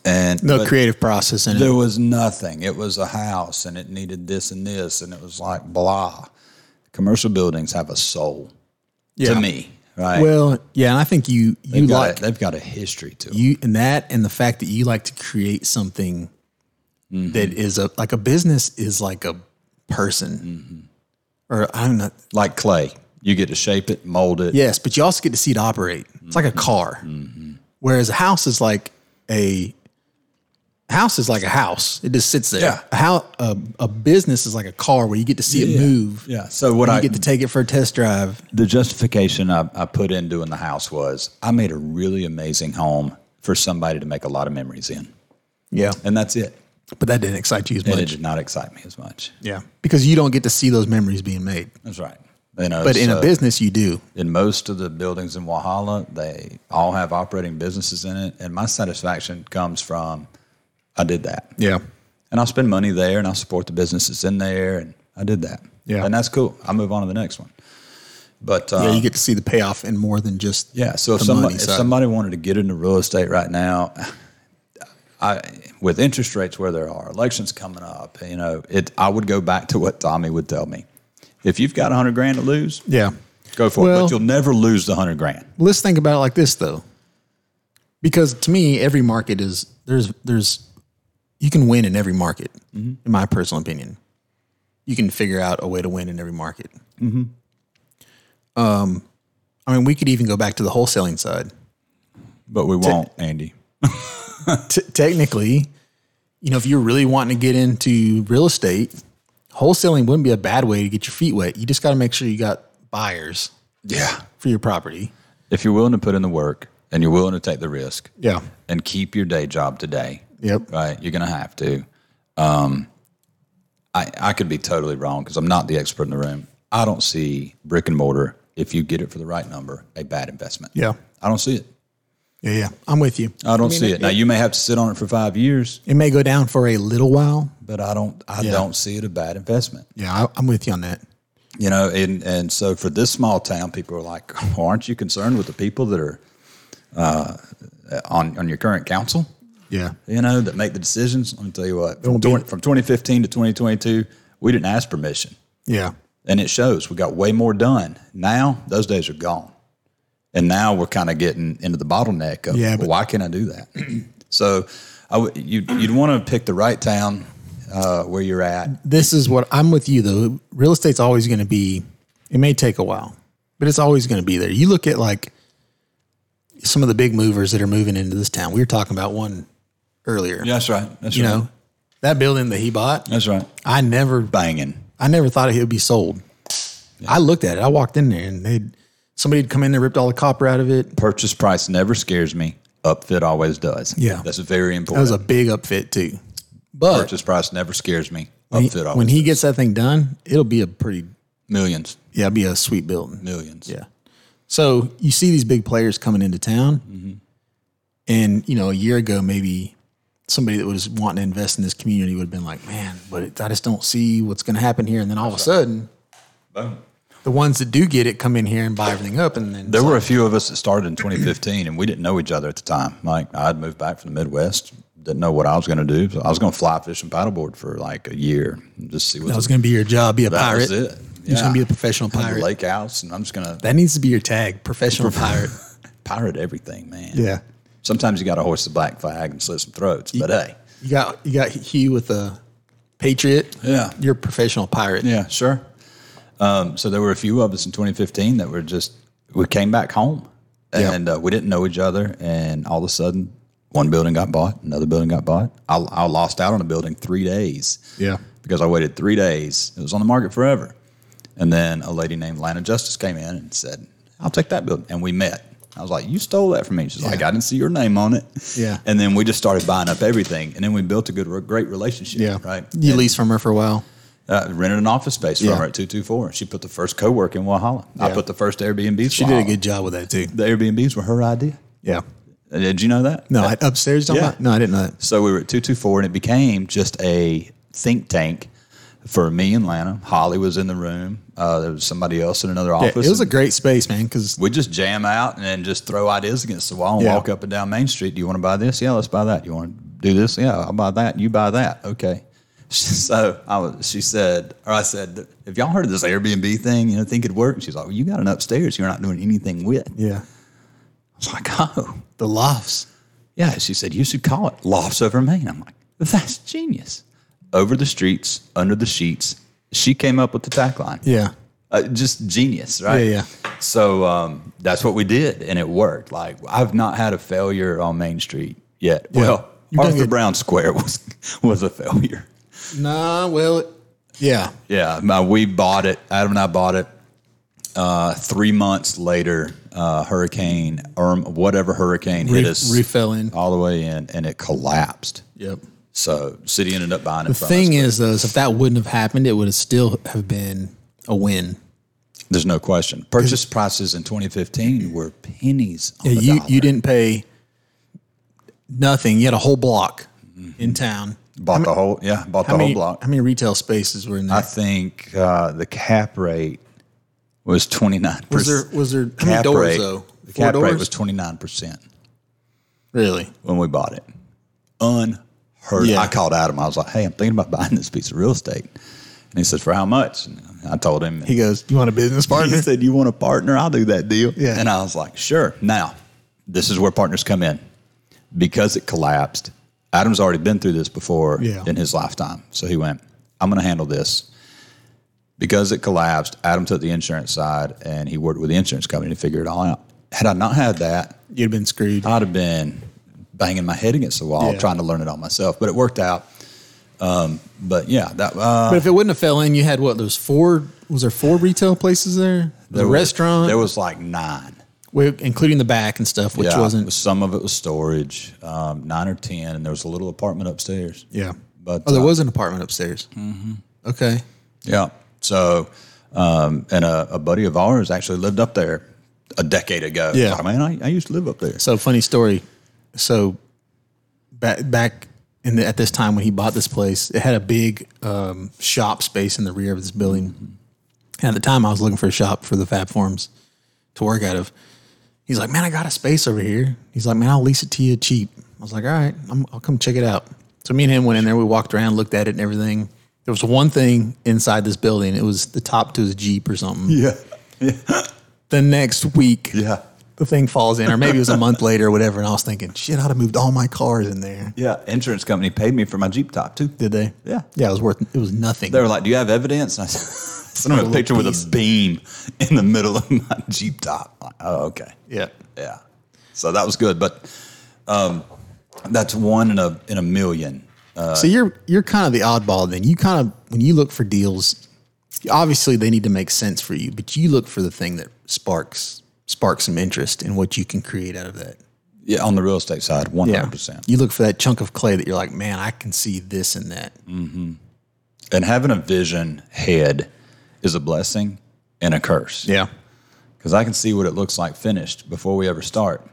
S3: And
S2: No
S3: but-
S2: creative process in it.
S3: There was nothing. It was a house and it needed this and this. And it was like, blah. Commercial buildings have a soul to me, right?
S2: Well, yeah, and I think you you
S3: they've, got
S2: like
S3: a, they've got a history to it.
S2: you and that and the fact that you like to create something
S3: Mm-hmm.
S2: that is a like a business is like a person.
S3: Mm-hmm.
S2: Or I'm not
S3: Like clay, you get to shape it, mold it.
S2: yes, but you also get to see it operate. It's like a
S3: Mm-hmm.
S2: car. Whereas a house is like a house is like a house. It just sits there.
S3: Yeah.
S2: A, hou- a, a business is like a car where you get to see it move.
S3: Yeah. So what
S2: You
S3: I
S2: get to take it for a test drive.
S3: the justification I, I put in doing the house was I made a really amazing home for somebody to make a lot of memories in,
S2: Yeah.
S3: and that's it.
S2: But that didn't excite you as
S3: And it
S2: much.
S3: did not excite me as much.
S2: Yeah. Because you don't get to see those memories being made.
S3: That's right. You know,
S2: But in a
S3: so-
S2: business, you do.
S3: in most of the buildings in Wahala, they all have operating businesses in it. And my satisfaction comes from I did that.
S2: Yeah.
S3: And I'll spend money there and I'll support the businesses in there. And I did that.
S2: Yeah.
S3: And that's cool. I'll move on to the next one. But uh,
S2: Yeah. You get to see the payoff in more than just
S3: yeah. So if
S2: the
S3: somebody,
S2: money
S3: if
S2: side.
S3: somebody wanted to get into real estate right now, I with interest rates where there are, elections coming up, you know, it. I would go back to what Tommy would tell me. If you've got a hundred grand to lose,
S2: yeah.
S3: go for it.
S2: Well-
S3: But you'll never lose the hundred grand.
S2: Let's think about it like this though, because to me, every market is there's there's you can win in every market.
S3: Mm-hmm.
S2: In my personal opinion, you can figure out a way to win in every market. Um,
S3: Mm-hmm.
S2: I mean, we could even go back to the wholesaling side.
S3: But we won't, Andy.
S2: T- technically, you know, if you're really wanting to get into real estate, wholesaling wouldn't be a bad way to get your feet wet. You just got to make sure you got buyers
S3: Yeah.
S2: for your property.
S3: If you're willing to put in the work and you're willing to take the risk
S2: Yeah.
S3: and keep your day job today,
S2: Yep.
S3: right? You're going to have to. Um, I, I could be totally wrong because I'm not the expert in the room. I don't see brick and mortar, if you get it for the right number, a bad investment.
S2: Yeah.
S3: I don't see it.
S2: Yeah. Yeah. I'm with you.
S3: I don't see it. Now, you may have to sit on it for five years,
S2: It may go down for a little while.
S3: but I don't, I don't see it a bad investment.
S2: Yeah, I, I'm with you on that.
S3: you know and and so for this small town people are like well, aren't you concerned with the people that are uh, on on your current council
S2: Yeah.
S3: you know, that make the decisions. Let me tell you what, from,
S2: won't be-
S3: 20, from 2015 to 2022, we didn't ask permission.
S2: Yeah.
S3: And it shows we got way more done. Now, those days are gone. And now we're kind of getting into the bottleneck of
S2: Yeah,
S3: yeah,
S2: but-
S3: why can't I do that? so I would you'd, you'd want to pick the right town uh, where you're at.
S2: This is what I'm with you though. Real estate's always going to be, it may take a while, but it's always going to be there. You look at like some of the big movers that are moving into this town. We were talking about one earlier.
S3: Yeah, that's right. That's
S2: You
S3: right.
S2: know, that building that he bought,
S3: That's right.
S2: I never
S3: Banging.
S2: I never thought it would be sold. I looked at it. I walked in there and they somebody had come in there, ripped all the copper out of it.
S3: Purchase price never scares me. Upfit always does.
S2: Yeah.
S3: That's very
S2: That was
S3: important.
S2: a big upfit too. But
S3: Purchase price never scares me.
S2: when
S3: Upfit
S2: he,
S3: always
S2: when he gets that thing done, it'll be a pretty
S3: millions,
S2: yeah, it'll be a sweet building.
S3: millions.
S2: Yeah. So you see these big players coming into town,
S3: Mm-hmm.
S2: and you know a year ago maybe somebody that was wanting to invest in this community would have been like, man, but it, I just don't see what's going to happen here. And then all of a sudden,
S3: Boom.
S2: the ones that do get it come in here and buy everything up, and then
S3: There were a few of us that started in 2015, and we didn't know each other at the time. Like I'd moved back from the Midwest, didn't know what I was going to do. So I was going to fly fish and paddleboard for like a year, and just see what
S2: that was going to be your job, be a
S3: that
S2: pirate.
S3: was it.
S2: You're just
S3: Yeah.
S2: gonna be a professional
S3: Had the
S2: pirate.
S3: lake house, and I'm just going to
S2: That needs to be your tag, professional pirate.
S3: pirate everything, man.
S2: Yeah.
S3: Sometimes you got to hoist the black flag and slit some throats, but hey,
S2: You got you got Hugh with a patriot.
S3: Yeah.
S2: You're a professional pirate.
S3: yeah, sure. Um, so there were a few of us in 2015 that were just we came back home,
S2: Yeah.
S3: and uh, we didn't know each other, and all of a sudden. One building got bought, another building got bought. I, I lost out on a building three days.
S2: Yeah.
S3: because I waited three days. It was on the market forever. And then a lady named Lana Justice came in and said, I'll take that building. And we met. I was like, You stole that from me. She's like, I didn't see your name on it.
S2: Yeah.
S3: And then we just started buying up everything. And then we built a good, great relationship.
S2: Yeah.
S3: Right.
S2: You
S3: And,
S2: lease from her for a while.
S3: uh, rented an office space
S2: Yeah.
S3: from her at 224. She put the first co work in Walhalla. I
S2: Yeah.
S3: put the first Airbnb.
S2: She did a good job with that too.
S3: The Airbnbs were her idea.
S2: Yeah.
S3: Uh, Did you know that?
S2: No, I, upstairs. Talking
S3: Yeah.
S2: about? No, I didn't know that.
S3: So we were at 224, and it became just a think tank for me and Lana. Holly was in the room. Uh, there was somebody else in another
S2: Yeah,
S3: office.
S2: it was a great space, man. Because
S3: we just jam out and then just throw ideas against the wall and
S2: Yeah.
S3: walk up and down Main Street. Do you want to buy this? Yeah, let's buy that. You want to do this? Yeah, I'll buy that. You buy that. Okay. So I was, she said, or I said, have y'all heard of this Airbnb thing? You know, think it'd work? And she's like, well, you got an upstairs you're not doing anything with. I
S2: yeah,
S3: was like, oh,
S2: the lofts.
S3: yeah, she said, you should call it Lofts Over Maine. I'm like, that's genius. Over the streets, under the sheets. She came up with the tagline.
S2: Yeah,
S3: Uh, just genius, right?
S2: Yeah,
S3: So um, that's what we did, and it worked. Like, I've not had a failure on Main Street yet. Well,
S2: You've done
S3: Arthur
S2: good.
S3: Brown Square was, was a failure.
S2: nah. Well, yeah,
S3: Yeah, my, we bought it. Adam and I bought it. Uh, three months later, uh, Hurricane or whatever hurricane hit
S2: Re-
S3: us
S2: roof fell in.
S3: all the way in, and it collapsed.
S2: Yep.
S3: So city ended up buying it
S2: The
S3: from
S2: thing
S3: us.
S2: is, though, is if that wouldn't have happened, it would have still have been a win.
S3: There's no question. Purchase prices in 2015 were pennies on the
S2: you
S3: dollar.
S2: you didn't pay nothing. You had a whole block in town.
S3: bought the whole yeah bought the
S2: How many,
S3: whole block.
S2: how many retail spaces were in there?
S3: I think uh, the cap rate was 29.
S2: Was there was there how many doors though?
S3: The
S2: Four
S3: cap
S2: doors.
S3: rate was 29 percent
S2: really?
S3: when we bought it. Unheard.
S2: Yeah.
S3: I called Adam. I was like, "Hey, I'm thinking about buying this piece of real estate," and he says, "For how much?" And I told him.
S2: He goes, "You want a business partner?"
S3: He said, "You want a partner? I'll do that deal."
S2: Yeah.
S3: And I was like, "Sure." Now, this is where partners come in because it collapsed. Adam's already been through this before
S2: Yeah.
S3: in his lifetime, so he went, "I'm going to handle this." Because it collapsed, Adam took the insurance side and he worked with the insurance company to figure it all out. Had I not had that,
S2: You'd have been screwed.
S3: I'd have been banging my head against the wall
S2: Yeah.
S3: trying to learn it all myself, but it worked out. Um, but yeah, that uh,
S2: but if it wouldn't have fell in, you had what? There's four. Was there four retail places there? The
S3: there was-
S2: restaurant,
S3: there was like nine.
S2: with- including the back and stuff, which
S3: Yeah,
S2: wasn't.
S3: Some of it was storage, um, nine or ten, and there was a little apartment upstairs.
S2: yeah.
S3: but
S2: oh, there
S3: uh,
S2: was an apartment upstairs. Mm-hmm. Okay.
S3: Yeah, so um, and a, a buddy of ours actually lived up there a decade ago.
S2: Yeah.
S3: Like, man, I, I used to live up there.
S2: So funny story. So back back in the, at this time when he bought this place, it had a big um, shop space in the rear of this building. And at the time, I was looking for a shop for the Fab Forms to work out of. He's like, man, I got a space over here. He's like, man, I'll lease it to you cheap. I was like, all right, I'm, I'll come check it out. So me and him went in there. We walked around, looked at it, and everything. There was one thing inside this building. It was the top to his Jeep or something.
S3: Yeah.
S2: The next week,
S3: Yeah.
S2: the thing falls in, or maybe it was a month later or whatever. And I was thinking, shit, I'd have moved all my cars in there.
S3: Yeah. Insurance company paid me for my Jeep top too.
S2: Did they?
S3: Yeah.
S2: Yeah, it was worth. It was nothing.
S3: They were like, "Do you have evidence?" And I sent them a
S2: Little
S3: picture with
S2: piece.
S3: a beam in the middle of my Jeep top. Like, oh, okay.
S2: yeah.
S3: Yeah. So that was good, but um, that's one in a in a million.
S2: so you're you're kind of the oddball then. You kind of when you look for deals, obviously they need to make sense for you, but you look for the thing that sparks sparks some interest in what you can create out of that.
S3: Yeah, on the real estate side, one hundred percent.
S2: You look for that chunk of clay that you're like, man, I can see this and that.
S3: And having a vision head is a blessing and a curse.
S2: Yeah.
S3: because I can see what it looks like finished before we ever start.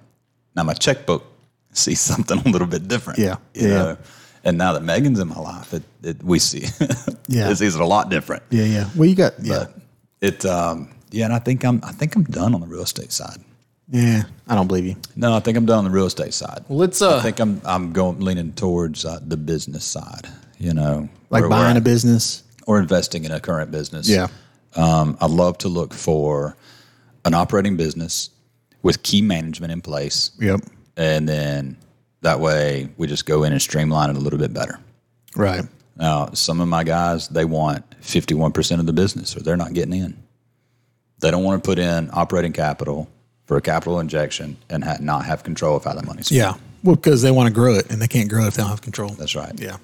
S3: Now my checkbook sees something a little bit different.
S2: Yeah,
S3: you
S2: yeah.
S3: know? And now that Megan's in my life, it, it we see
S2: Yeah.
S3: it sees it a lot different.
S2: Yeah, yeah. Well, you got yeah.
S3: But it um yeah, and I think I'm I think I'm done on the real estate side.
S2: yeah. I don't believe you.
S3: No, I think I'm done on the real estate side.
S2: Let's uh,
S3: I think I'm I'm going leaning towards uh, the business side. You know,
S2: like
S3: where we're
S2: buying a
S3: at.
S2: business.
S3: or investing in a current business.
S2: Yeah.
S3: Um, I love to look for an operating business with key management in place.
S2: Yep.
S3: And then that way we just go in and streamline it a little bit better.
S2: Right.
S3: Now, some of my guys, they want 51% of the business or they're not getting in. They don't want to put in operating capital for a capital injection and ha- not have control of how that money's
S2: Yeah. Well, because they want to grow it and they can't grow it if they don't have control.
S3: That's right.
S2: Yeah.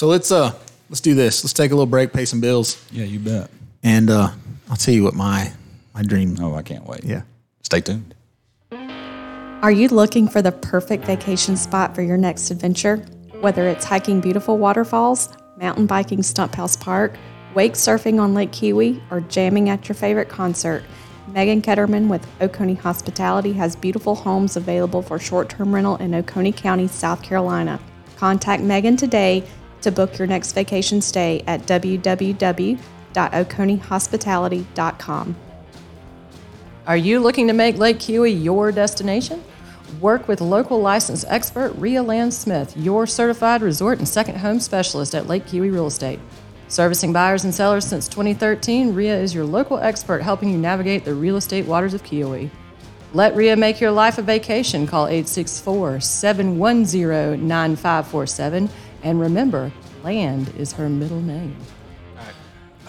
S2: So let's uh let's do this. Let's take a little break, pay some bills.
S3: Yeah, you bet.
S2: And uh, I'll tell you what my my dream.
S3: Oh, I can't wait.
S2: Yeah.
S3: Stay tuned.
S1: Are you looking for the perfect vacation spot for your next adventure? Whether it's hiking beautiful waterfalls, mountain biking Stump House Park, wake surfing on Lake Kiwi, or jamming at your favorite concert, Megan Ketterman with Oconee Hospitality has beautiful homes available for short term rental in Oconee County, South Carolina. Contact Megan today to book your next vacation stay at www.oconeehospitality.com.
S4: Are you looking to make Lake Kiwi your destination? Work with local licensed expert Rhea Land Smith, your certified resort and second home specialist at Lake Kiwi Real Estate. Servicing buyers and sellers since 2013, Rhea is your local expert helping you navigate the real estate waters of Kiwi. Let Rhea make your life a vacation. Call 864 710 9547. And remember, land is her middle name.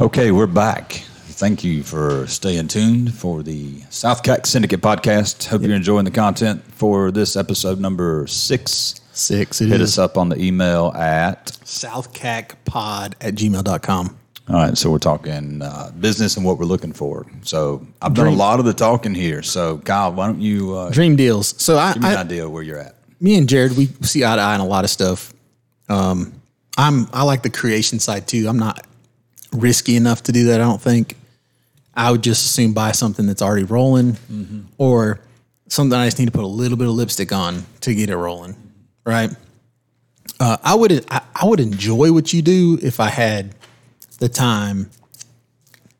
S3: Okay, we're back. Thank you for staying tuned for the South Cac Syndicate podcast. Hope you're enjoying the content for this episode number six.
S2: Six. It
S3: Hit
S2: is
S3: us up on the email at.
S2: southcacpod at gmail.com.
S3: All right, so we're talking uh, business and what we're looking for. So I've done a lot of the talking here. So Kyle, why don't you uh, give
S2: Dream deals. So I,
S3: me an
S2: I
S3: idea where you're at?
S2: me and Jared, we see eye to eye on a lot of stuff. Um, I'm I like the creation side too. I'm not risky enough to do that. I don't think. I would just assume buy something that's already rolling, or something I just need to put a little bit of lipstick on to get it rolling, right? Uh, I would I, I would enjoy what you do if I had the time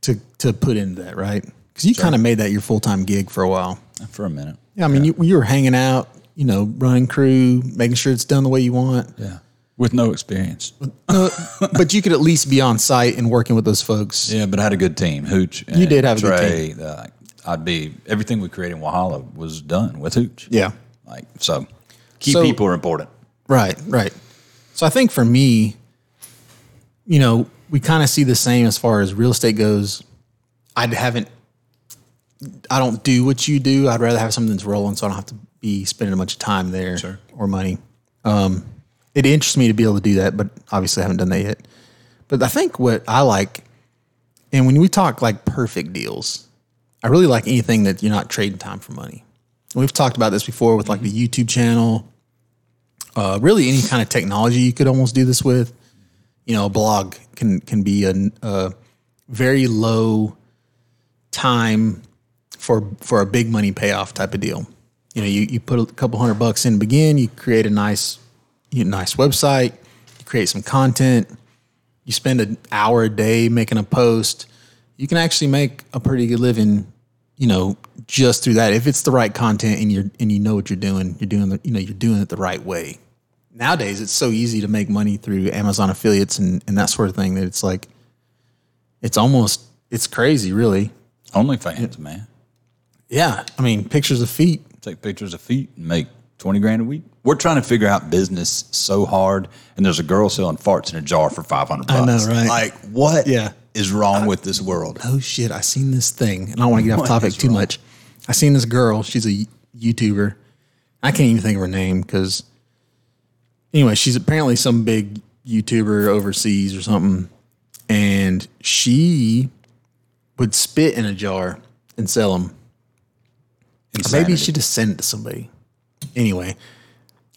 S2: to to put into that, right? Because you kind of made that your full time gig for a while.
S3: For a minute.
S2: Yeah, I mean, You, you were hanging out, you know, running crew, making sure it's done the way you want.
S3: Yeah. With no experience.
S2: Uh, but you could at least be on site and working with those folks.
S3: Yeah, but I had a good team. Hooch. And
S2: did have a good
S3: Trey, team. Uh, I'd be everything we created in Wahala was done with Hooch.
S2: Yeah.
S3: Like so, key
S2: So-
S3: people are important.
S2: Right, right. So I think for me, you know, we kind of see the same as far as real estate goes. I haven't, I don't do what you do. I'd rather have something that's rolling so I don't have to be spending a bunch of time there
S3: Sure.
S2: or money. Um, it interests me to be able to do that, but obviously I haven't done that yet. But I think what I like, and when we talk like perfect deals, I really like anything that you're not trading time for money. We've talked about this before with like the YouTube channel, uh, really any kind of technology you could almost do this with. You know, a blog can can be a, a very low time for for a big money payoff type of deal. You know, you, you put a couple hundred bucks in to begin, you create a nice you know, nice website, you create some content, you spend an hour a day making a post, you can actually make a pretty good living you know, just through that, if it's the right content and you're and you know what you're doing, you're doing the, you know you're doing it the right way. Nowadays, it's so easy to make money through Amazon affiliates and and that sort of thing that it's like, it's almost it's crazy, really.
S3: OnlyFans, man.
S2: Yeah, I mean, pictures of feet.
S3: Take pictures of feet and make 20 grand a week. We're trying to figure out business so hard, and there's a girl selling farts in a jar for 500 bucks.
S2: I know, right?
S3: Like, what
S2: Yeah.
S3: is wrong with this world?
S2: oh shit, I seen this thing, and I don't want to get off
S3: What
S2: topic
S3: is
S2: too
S3: wrong?
S2: much. I seen this girl. She's a YouTuber. I can't even think of her name because, anyway, she's apparently some big YouTuber overseas or something, and she would spit in a jar and sell them. Maybe
S3: Insanity.
S2: she just sent it to somebody. Anyway.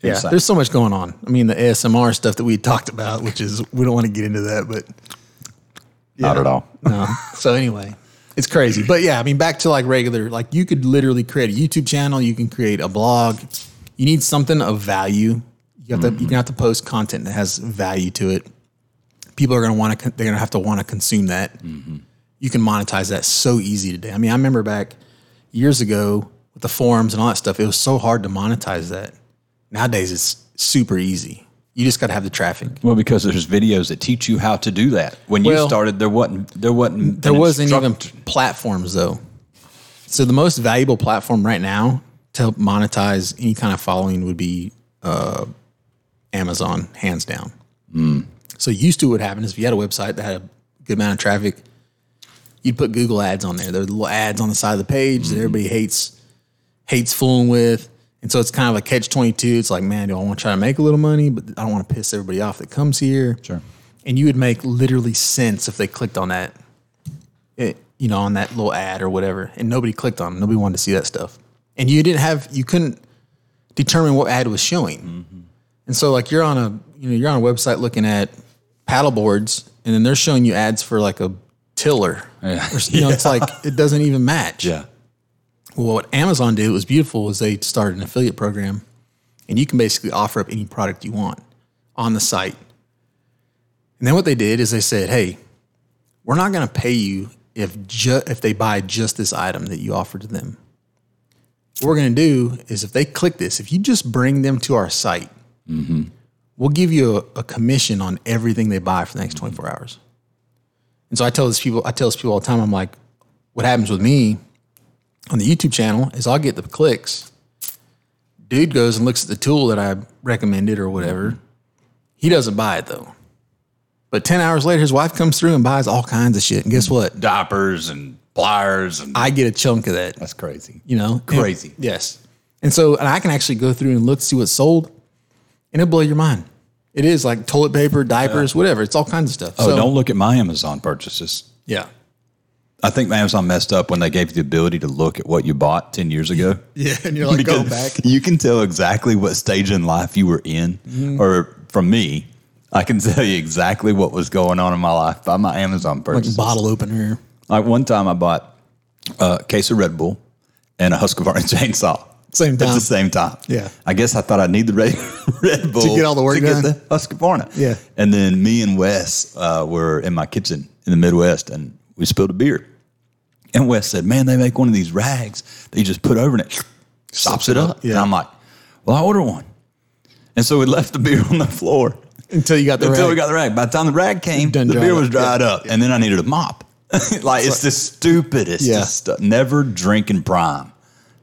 S2: Yeah,
S3: Insanity.
S2: there's so much going on. I mean, the ASMR stuff that we talked about, which is we don't want to get into that, but
S3: Not at all.
S2: no. So anyway, it's crazy. But yeah, I mean, back to like regular, like you could literally create a YouTube channel. You can create a blog. You need something of value. You have to, you're gonna have to post content that has value to it. People are gonna want to, they're gonna have to want to consume that. You can monetize that so easy today. I mean, I remember back years ago with the forums and all that stuff, it was so hard to monetize that. Nowadays, it's super easy. You just gotta have the traffic.
S3: Well, because there's videos that teach you how to do that. When you
S2: Well-
S3: started, there wasn't. There wasn't.
S2: there
S3: an
S2: wasn't even
S3: instructor.
S2: platforms though. So the most valuable platform right now to help monetize any kind of following would be uh, Amazon, hands down. So used to what happened is if you had a website that had a good amount of traffic, you'd put Google ads on there. There were little ads on the side of the page that everybody hates hates fooling with. And so it's kind of a catch twenty two. It's like, man, do I want to try to make a little money, but I don't want to piss everybody off that comes here.
S3: Sure.
S2: And you would make literally cents if they clicked on that it, you know, on that little ad or whatever, and nobody clicked on. Them. Nobody wanted to see that stuff, and you didn't have, you couldn't determine what ad was showing.
S3: Mm-hmm.
S2: And so, like, you're on a, you know, you're on a website looking at paddle boards, and then they're showing you ads for like a tiller.
S3: Yeah.
S2: Or s- you know, it's like it doesn't even match.
S3: Yeah.
S2: Well, what Amazon did was beautiful is they started an affiliate program, and you can basically offer up any product you want on the site. And then what they did is they said, "Hey, we're not going to pay you if ju- if they buy just this item that you offer to them. What we're going to do is if they click this, if you just bring them to our site, we'll give you a, a commission on everything they buy for the next 24 hours." And so I tell these people, I tell these people all the time, I'm like, "What happens with me?" on the YouTube channel is I'll get the clicks. Dude goes and looks at the tool that I recommended or whatever. He doesn't buy it though. But 10 hours later, his wife comes through and buys all kinds of shit. And guess what?
S3: Diapers and pliers and
S2: I get a chunk of that,
S3: that's crazy.
S2: you know?
S3: Crazy.
S2: And- yes. And so and I can actually go through and look, see what's sold, and it'll blow your mind. It is like toilet paper, diapers, whatever. It's all kinds of stuff.
S3: Oh,
S2: so,
S3: don't look at my Amazon purchases.
S2: Yeah.
S3: I think Amazon messed up when they gave you the ability to look at what you bought 10 years ago.
S2: Yeah. And you're like, go
S3: Because
S2: back.
S3: You can tell exactly what stage in life you were in.
S2: Mm-hmm.
S3: Or from me, I can tell you exactly what was going on in my life by my Amazon
S2: Like
S3: purchases.
S2: bottle opener.
S3: Like one time I bought a case of Red Bull and a Husqvarna chainsaw.
S2: Same
S3: At
S2: time.
S3: the same time.
S2: Yeah.
S3: I guess I thought I need the Red, Red Bull
S2: get all the work
S3: to
S2: done.
S3: get the Husqvarna.
S2: Yeah.
S3: And then me and Wes uh, were in my kitchen in the Midwest and we spilled a beer. And Wes said, Man, they make one of these rags that you just put over and it stops it up.
S2: Yeah.
S3: And I'm like, Well, I order one. And so we left the beer on the floor
S2: Until you got the
S3: until
S2: rag.
S3: we got the rag. By the time the rag came,
S2: Done
S3: the
S2: dried
S3: beer
S2: up.
S3: was dried up, and then I needed a mop. like it's the stupidest
S2: Yeah.
S3: stuff. Never drink in prime.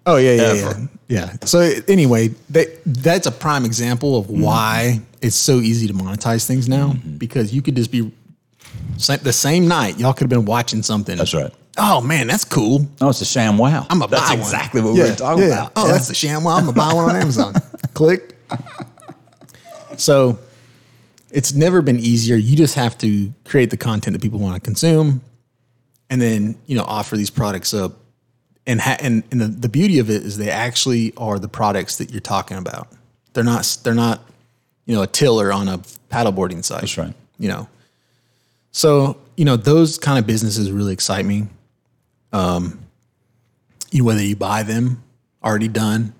S2: Oh yeah, yeah, yeah,
S3: Ever.
S2: yeah. So anyway, that that's a prime example of why it's so easy to monetize things now
S3: Mm-hmm.
S2: because you could just be sa- the same night y'all could have been watching something.
S3: That's right.
S2: Oh man, that's cool.
S3: No, Oh, it's a sham wow.
S2: I'm gonna
S3: That's
S2: buy one.
S3: exactly what we were talking
S2: yeah.
S3: about.
S2: Oh,
S3: Yeah.
S2: that's the sham. Well, I'm gonna buy one on Amazon. Click. So it's never been easier. You just have to create the content that people want to consume, and then you know offer these products up. And ha- and, and the, the beauty of it is they actually are the products that you're talking about. They're not s- they're not you know a tiller on a paddleboarding site.
S3: That's right.
S2: You know, so you know those kind of businesses really excite me. Um, you, whether you buy them already done,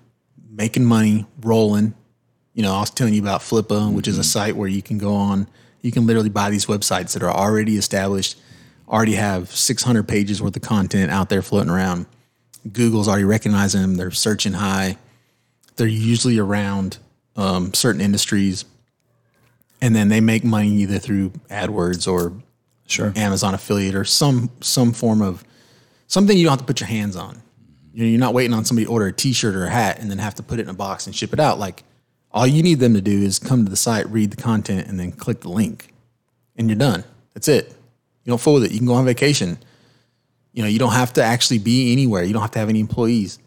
S2: making money, rolling. You know, I was telling you about Flippa, which is a site where you can go on. You can literally buy these websites that are already established, already have 600 pages worth of content out there floating around, Google's already recognizing them. They're searching high. They're usually around um, certain industries, and then they make money either through AdWords or
S3: Sure.
S2: Amazon affiliate or some some form of something you don't have to put your hands on. You know, you're not waiting on somebody to order a T-shirt or a hat and then have to put it in a box and ship it out. Like all you need them to do is come to the site, read the content, and then click the link, and you're done. That's it. You don't fool with it. You can go on vacation. You know, you don't have to actually be anywhere. You don't have to have any employees.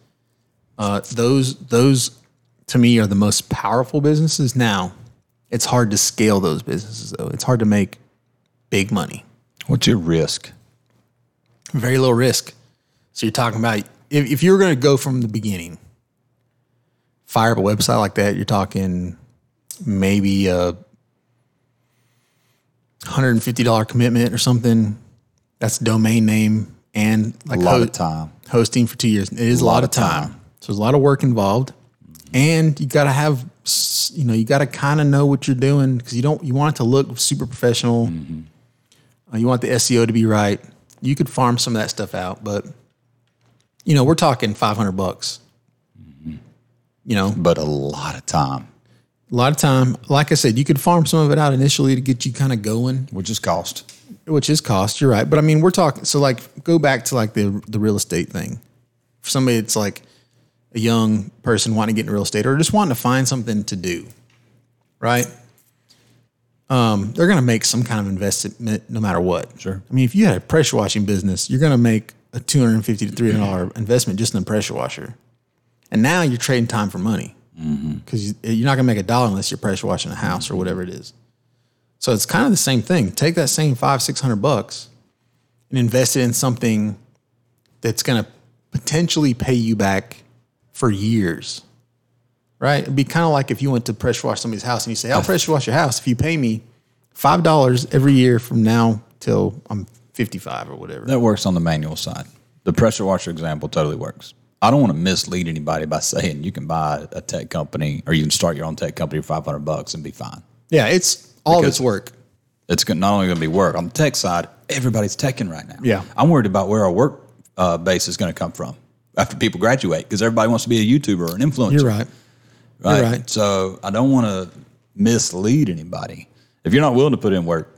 S2: Uh, those those to me are the most powerful businesses. Now, it's hard to scale those businesses though. It's hard to make big money
S3: What's your risk?
S2: very low risk. So you're talking about if, if you were going to go from the beginning, fire up a website like that, you're talking maybe a hundred and fifty dollar commitment or something. That's domain name and like
S3: a lot of
S2: ho-
S3: time.
S2: hosting for two years. It is a lot, of time. So there's a lot of work involved, and you got to have, s- you know, you got to kind of know what you're doing because you don't you want it to look super professional.
S3: Mm-hmm.
S2: Uh, you want the SEO to be right. You could farm some of that stuff out, but you know we're talking 500 bucks. You know,
S3: But a lot of time,
S2: a lot of time. Like I said, you could farm some of it out initially to get you kind of going.
S3: which is cost.
S2: which is cost. You're right, but I mean, we're talking. So, like, go back to like the the real estate thing. For somebody that's like a young person wanting to get into real estate or just wanting to find something to do, right? Um, they're going to make some kind of investment no matter what.
S3: Sure.
S2: I mean, if you had a pressure washing business, you're going to make a two hundred and fifty to three hundred dollar investment just in the pressure washer, and now you're trading time for money because you're not going to make a dollar unless you're pressure washing a house or whatever it is. So it's kind of the same thing. Take that same five, six hundred bucks and invest it in something that's going to potentially pay you back for years. Right? It'd be kind of like if you went to pressure wash somebody's house and you say, I'll pressure wash your house if you pay me five dollars every year from now till I'm 55 or whatever.
S3: That works on the manual side. The pressure washer example totally works. I don't want to mislead anybody by saying you can buy a tech company or you can start your own tech company for 500 bucks and be fine.
S2: Yeah, it's all of
S3: Because-
S2: its work.
S3: It's gon- not only going to be work on the tech side. Everybody's teching right now.
S2: Yeah.
S3: I'm worried about where our work uh, base is going to come from after people graduate because everybody wants to be a YouTuber or an influencer.
S2: You're right.
S3: right?
S2: You're right.
S3: So I don't want to mislead anybody. If you're not willing to put in work,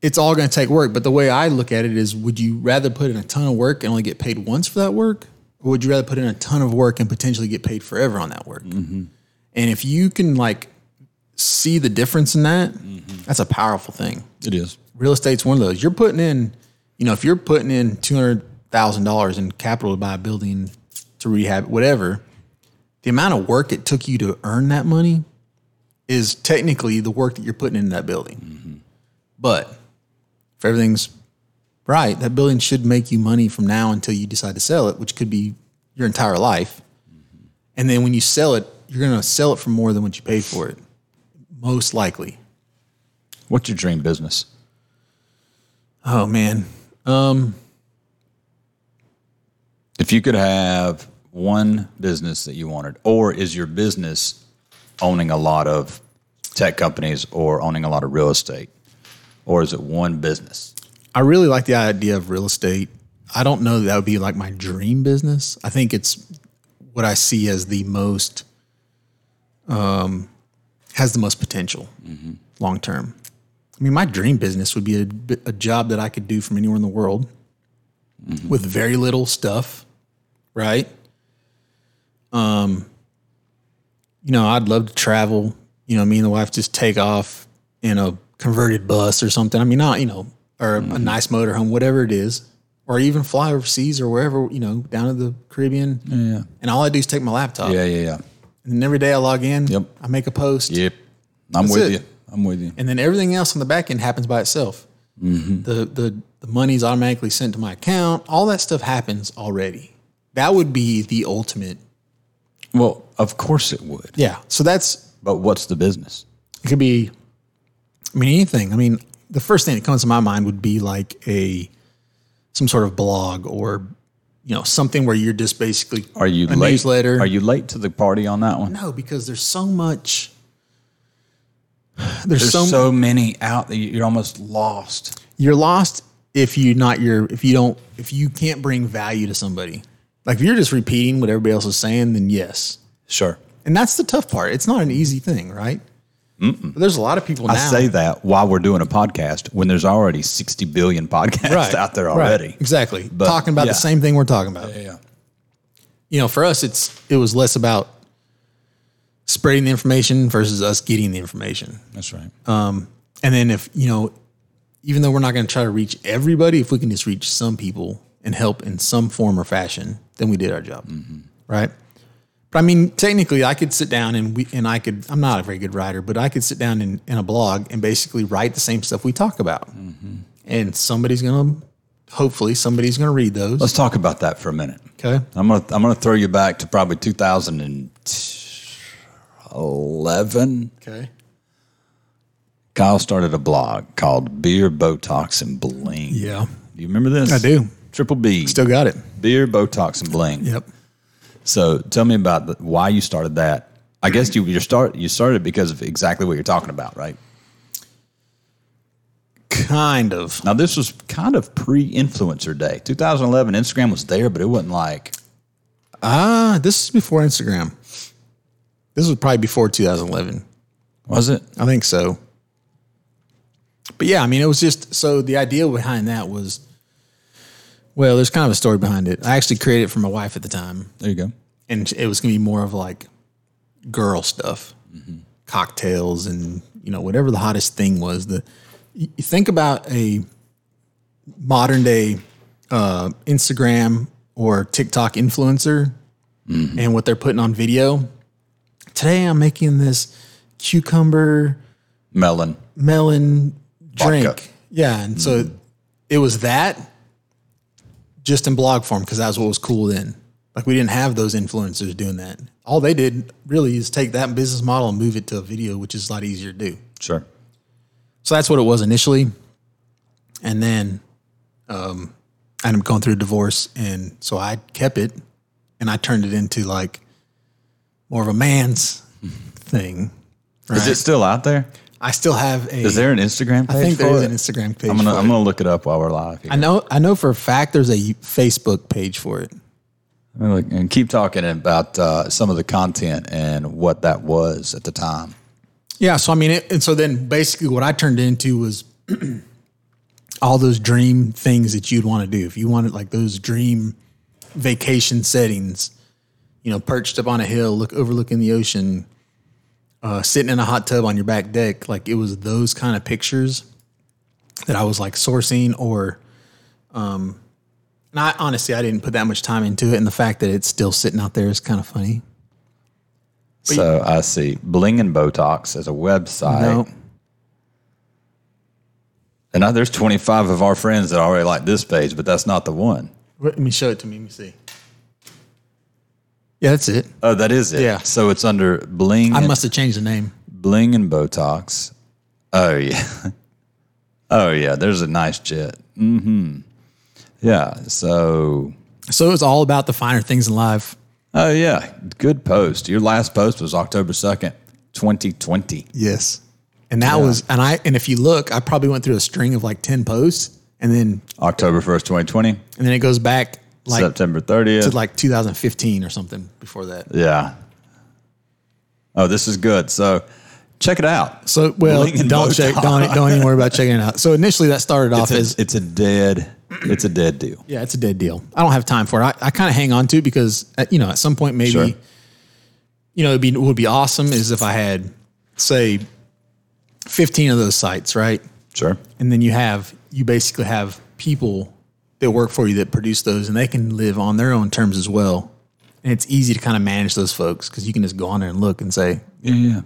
S2: It's all going to take work. But the way I look at it is would you rather put in a ton of work and only get paid once for that work? Or would you rather put in a ton of work and potentially get paid forever on that work? And if you can like see the difference in that, that's a powerful thing.
S3: it is.
S2: Real estate's one of those. You're putting in, you know, if you're putting in $200,000 in capital to buy a building, to rehab, it, whatever, the amount of work it took you to earn that money is technically the work that you're putting into that building. But if everything's right, that building should make you money from now until you decide to sell it, which could be your entire life. And then when you sell it, you're going to sell it for more than what you paid for it, most likely.
S3: What's your dream business?
S2: Oh man,
S3: If you could have one business that you wanted, or is your business owning a lot of tech companies or owning a lot of real estate? Or is it one business?
S2: I really like the idea of real estate. I don't know that, that would be like my dream business. I think it's what I see as the most um, has the most potential long term. I mean, my dream business would be a, a job that I could do from anywhere in the world with very little stuff, right? Um, you know, I'd love to travel. You know, me and the wife just take off in a converted bus or something. I mean, not you know, or a- a nice motorhome, whatever it is, or even fly overseas or wherever you know, down to the Caribbean. Yeah. And all I do is take my laptop,
S3: Yeah, yeah, yeah.
S2: and every day I log in.
S3: Yep.
S2: I make a post
S3: Yep. I'm
S2: That's
S3: with
S2: it.
S3: you. I'm with you.
S2: and then everything else on the back end happens by itself.
S3: Mm-hmm.
S2: The the the money's automatically sent to my account. All that stuff happens already. That would be the ultimate.
S3: Well, of course it would.
S2: Yeah. So that's
S3: But what's the business?
S2: it. Could be. I mean anything. I mean the first thing that comes to my mind would be like a some sort of blog or you know something where you're just basically
S3: Are you
S2: a
S3: late?
S2: newsletter.
S3: Are you late to the party on that one?
S2: no because there's so much. There's,
S3: There's
S2: so,
S3: so, many out that you're almost lost.
S2: you're lost if you not your if you don't if you can't bring value to somebody. Like if you're just repeating what everybody else is saying, then yes.
S3: Sure.
S2: And that's the tough part. It's not an easy thing, right? But there's a lot of people now.
S3: I say that while we're doing a podcast when there's already 60 billion podcasts
S2: Right.
S3: out there
S2: Right.
S3: already.
S2: Exactly.
S3: But,
S2: talking about
S3: yeah.
S2: the same thing we're talking about.
S3: Yeah.
S2: You know, for us, it's it was less about spreading the information versus us getting the information.
S3: That's right.
S2: And then if, you know, even though we're not going to try to reach everybody, if we can just reach some people and help in some form or fashion, then we did our job. Right. But I mean, technically I could sit down and we, and I could, I'm not a very good writer, but I could sit down in, in a blog and basically write the same stuff we talk about. And somebody's going to, hopefully somebody's going to read those.
S3: Let's talk about that for a minute.
S2: okay.
S3: I'm gonna I'm gonna throw you back to probably 2011.
S2: Okay.
S3: Kyle started a blog called Beer Botox and Bling.
S2: Yeah.
S3: Do you remember this?
S2: I do.
S3: Triple B.
S2: Still got it.
S3: Beer Botox and Bling.
S2: Yep.
S3: So tell me about the, why you started that. I guess you you start you started because of exactly what you're talking about, right?
S2: Kind of.
S3: Now this was kind of pre-influencer day. 2011 Instagram was there, but it wasn't like
S2: Ah, this is before Instagram. This was probably before 2011.
S3: was it?
S2: I think so. But yeah, I mean, it was just so the idea behind that was well, there's kind of a story behind it. I actually created it for my wife at the time,
S3: There you go.
S2: and it was going to be more of like girl stuff, cocktails, and you know whatever the hottest thing was. The you you think about a modern day uh, Instagram or TikTok influencer and what they're putting on video. Today, I'm making this cucumber
S3: Melon.
S2: melon drink.
S3: Vodka. Mm.
S2: Yeah, and so it was that just in blog form because that's what was cool then. Like we didn't have those influencers doing that. All they did really is take that business model and move it to a video, which is a lot easier to do.
S3: Sure.
S2: So that's what it was initially, and then um, I ended up going through a divorce, and so I kept it, and I turned it into like more of a man's
S3: Mm-hmm.
S2: thing.
S3: Is it still out there?
S2: I still have a.
S3: Is there an Instagram page?
S2: I think
S3: for
S2: there is
S3: it?
S2: an Instagram page.
S3: I'm
S2: for
S3: gonna
S2: it.
S3: I'm gonna look it up while we're live here.
S2: I know. I know for a fact there's a Facebook page for it.
S3: I'm gonna look- and keep talking about uh, some of the content and what that was at the time.
S2: Yeah. So I mean, it, and so then basically what I turned into was all those dream things that you'd want to do if you wanted like those dream vacation settings. You know, perched up on a hill, look overlooking the ocean, uh, sitting in a hot tub on your back deck. Like it was those kind of pictures that I was like sourcing or. Um, and I honestly, I didn't put that much time into it, and the fact that it's still sitting out there is kind of funny.
S3: So I see Bling and Botox as a website.
S2: Nope.
S3: And now there's 25 of our friends that already like this page, but that's not the one.
S2: Let me show it to me. Let me see. Yeah, that's it.
S3: Oh, that is it.
S2: Yeah.
S3: So it's under Bling.
S2: I
S3: and-
S2: must have changed the name.
S3: Bling and Botox. Oh yeah. Oh yeah. There's a nice jet. Mm-hmm. Yeah. So.
S2: So it's all about the finer things in life.
S3: Oh yeah. Good post. Your last post was October second, twenty twenty.
S2: Yes. And that was and I and if you look, I probably went through a string of like ten posts, and then
S3: October first, twenty twenty.
S2: and then it goes back like
S3: September
S2: to
S3: thirtieth.
S2: like 2015 or something before that.
S3: yeah. Oh, this is good. So, check it out.
S2: So well,
S3: Bling and
S2: don't check,
S3: Botox.
S2: don't don't even worry about checking it out. So initially that started off
S3: It's
S2: as
S3: a, it's a dead. It's a dead deal.
S2: Yeah, it's a dead deal. I don't have time for it. I, I kind of hang on to it because uh, you know at some point maybe,
S3: Sure.
S2: you know, it'd be would be awesome is if I had say fifteen of those sites, right?
S3: Sure.
S2: And then you have you basically have people that work for you that produce those, and they can live on their own terms as well. And it's easy to kind of manage those folks because you can just go on there and look and say
S3: Yeah. Yeah.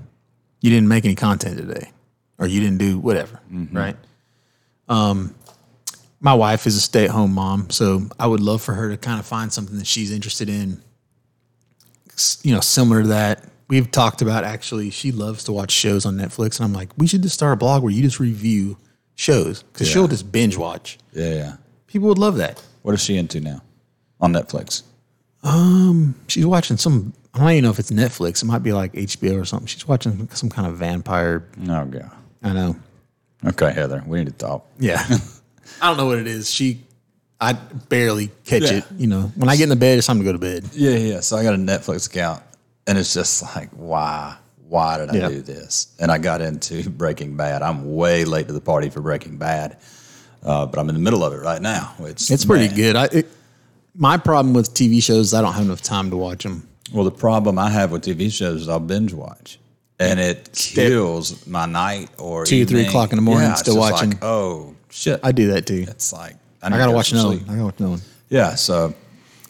S2: you didn't make any content today, or you didn't do whatever,
S3: Mm-hmm.
S2: right? Um, my wife is a stay at home mom, so I would love for her to kind of find something that she's interested in, s- you know, similar to that. We've talked about actually, she loves to watch shows on Netflix, and I'm like, we should just start a blog where you just review shows because she'll just binge watch.
S3: Yeah. Yeah.
S2: People would love that.
S3: What is she into now? On Netflix.
S2: She's watching some, I don't even know if it's Netflix, it might be like HBO or something. She's watching some kind of vampire,
S3: Oh god.
S2: I know.
S3: Okay, Heather, we need to talk.
S2: Yeah. I don't know what it is. She, I barely catch
S3: Yeah.
S2: it. You know, when I get in the bed, it's time to go to bed.
S3: Yeah, yeah. So I got a Netflix account, and it's just like, why? Why did I
S2: Yeah.
S3: do this? And I got into Breaking Bad. I'm way late to the party for Breaking Bad, uh, but I'm in the middle of it right now. Which
S2: It's pretty
S3: man.
S2: good. I it, my problem with TV shows, is I don't have enough time to watch them.
S3: Well, the problem I have with TV shows is I'll binge watch, and it kills my night or
S2: Two, three
S3: evening.
S2: o'clock in the morning,
S3: it's
S2: still
S3: just
S2: watching.
S3: Like, oh shit!
S2: I do that too.
S3: It's like
S2: I
S3: need
S2: gotta
S3: to go
S2: watch
S3: to
S2: another.
S3: sleep.
S2: One. I gotta watch another one.
S3: Yeah. So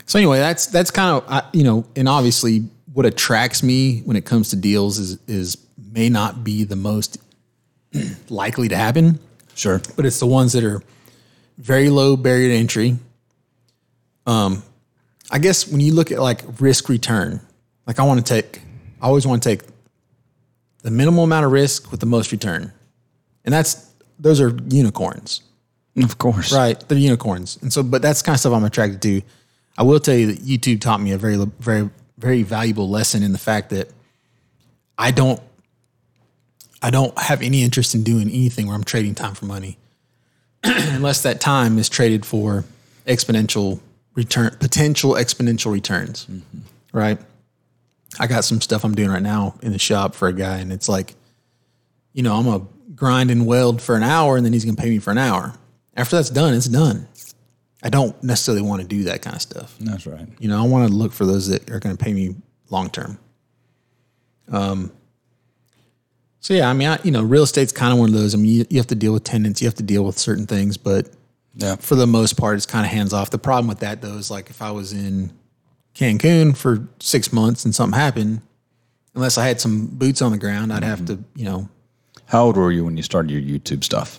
S2: So anyway, that's that's kind of I- you know, and obviously what attracts me when it comes to deals is is may not be the most likely to happen,
S3: sure.
S2: but it's the ones that are very low barrier to entry. Um, I guess when you look at like risk return, like I want to take, I always want to take the minimal amount of risk with the most return, and that's those are unicorns.
S3: Of course.
S2: Right. They're unicorns. And so, but that's kind of stuff I'm attracted to. I will tell you that YouTube taught me a very, very, very valuable lesson in the fact that I don't, I don't have any interest in doing anything where I'm trading time for money, unless that time is traded for exponential return, potential exponential returns. Right. I got some stuff I'm doing right now in the shop for a guy, and it's like you know, I'm gonna grind and weld for an hour and then he's gonna pay me for an hour. After that's done, it's done. I don't necessarily want to do that kind of stuff.
S3: That's right.
S2: You know, I want to look for those that are going to pay me long term. Um. So yeah, I mean, I, you know, real estate's kind of one of those. I mean, you, you have to deal with tenants, you have to deal with certain things, but
S3: Yeah.
S2: for the most part, it's kind of hands off. The problem with that though is like if I was in Cancun for six months and something happened, unless I had some boots on the ground, I'd have to, you know,
S3: How old were you when you started your YouTube stuff?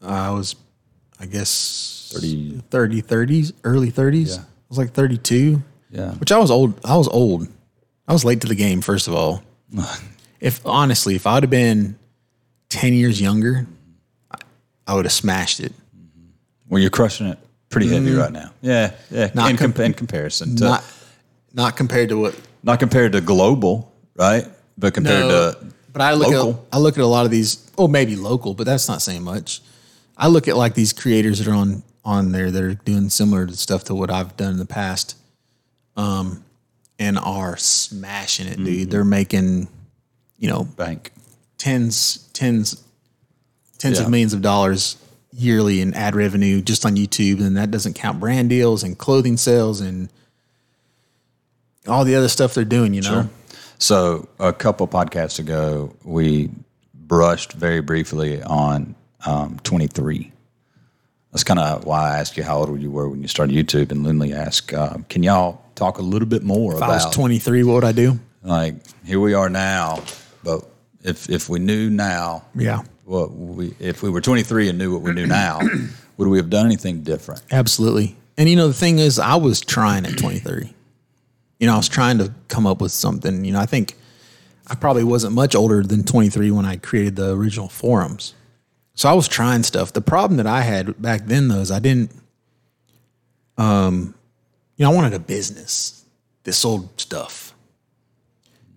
S2: I was, I guess,
S3: 30.
S2: 30 30s, early 30s. I was like 32.
S3: Yeah.
S2: Which I was old. I was old. I was late to the game, first of all. if honestly, if I would have been 10 years younger, I, I would have smashed it.
S3: Well, you're crushing it pretty heavy right now. Yeah, yeah.
S2: Mm. Not
S3: in,
S2: com-
S3: compa- in comparison, to,
S2: Not,
S3: not,
S2: not compared to what
S3: compared to global, right? But compared to
S2: but I look at
S3: local.
S2: I look at a lot of these. Oh, maybe local, but that's not saying much. I look at like these creators that are on on there that are doing similar to stuff to what I've done in the past, um, and are smashing it,
S3: Mm-hmm.
S2: dude. They're making, you know,
S3: bank.
S2: tens, tens, tens
S3: Yeah.
S2: of millions of dollars yearly in ad revenue just on YouTube, and that doesn't count brand deals and clothing sales and all the other stuff they're doing. You know,
S3: So a couple podcasts ago, we brushed very briefly on um, 23. That's kind of why I asked you how old you were when you started YouTube, and Lindley asked, um, "Can y'all talk a little bit more
S2: if I was
S3: about
S2: twenty three, what would I do?
S3: like here we are now, but if if we knew now,
S2: Yeah.
S3: what we if we were 23 and knew what we knew now, would we have done anything different?
S2: Absolutely. And you know, the thing is, I was trying at 23. You know, I was trying to come up with something. You know, I think I probably wasn't much older than 23 when I created the original forums. So I was trying stuff. The problem that I had back then, though, is I didn't, um, you know, I wanted a business that sold stuff.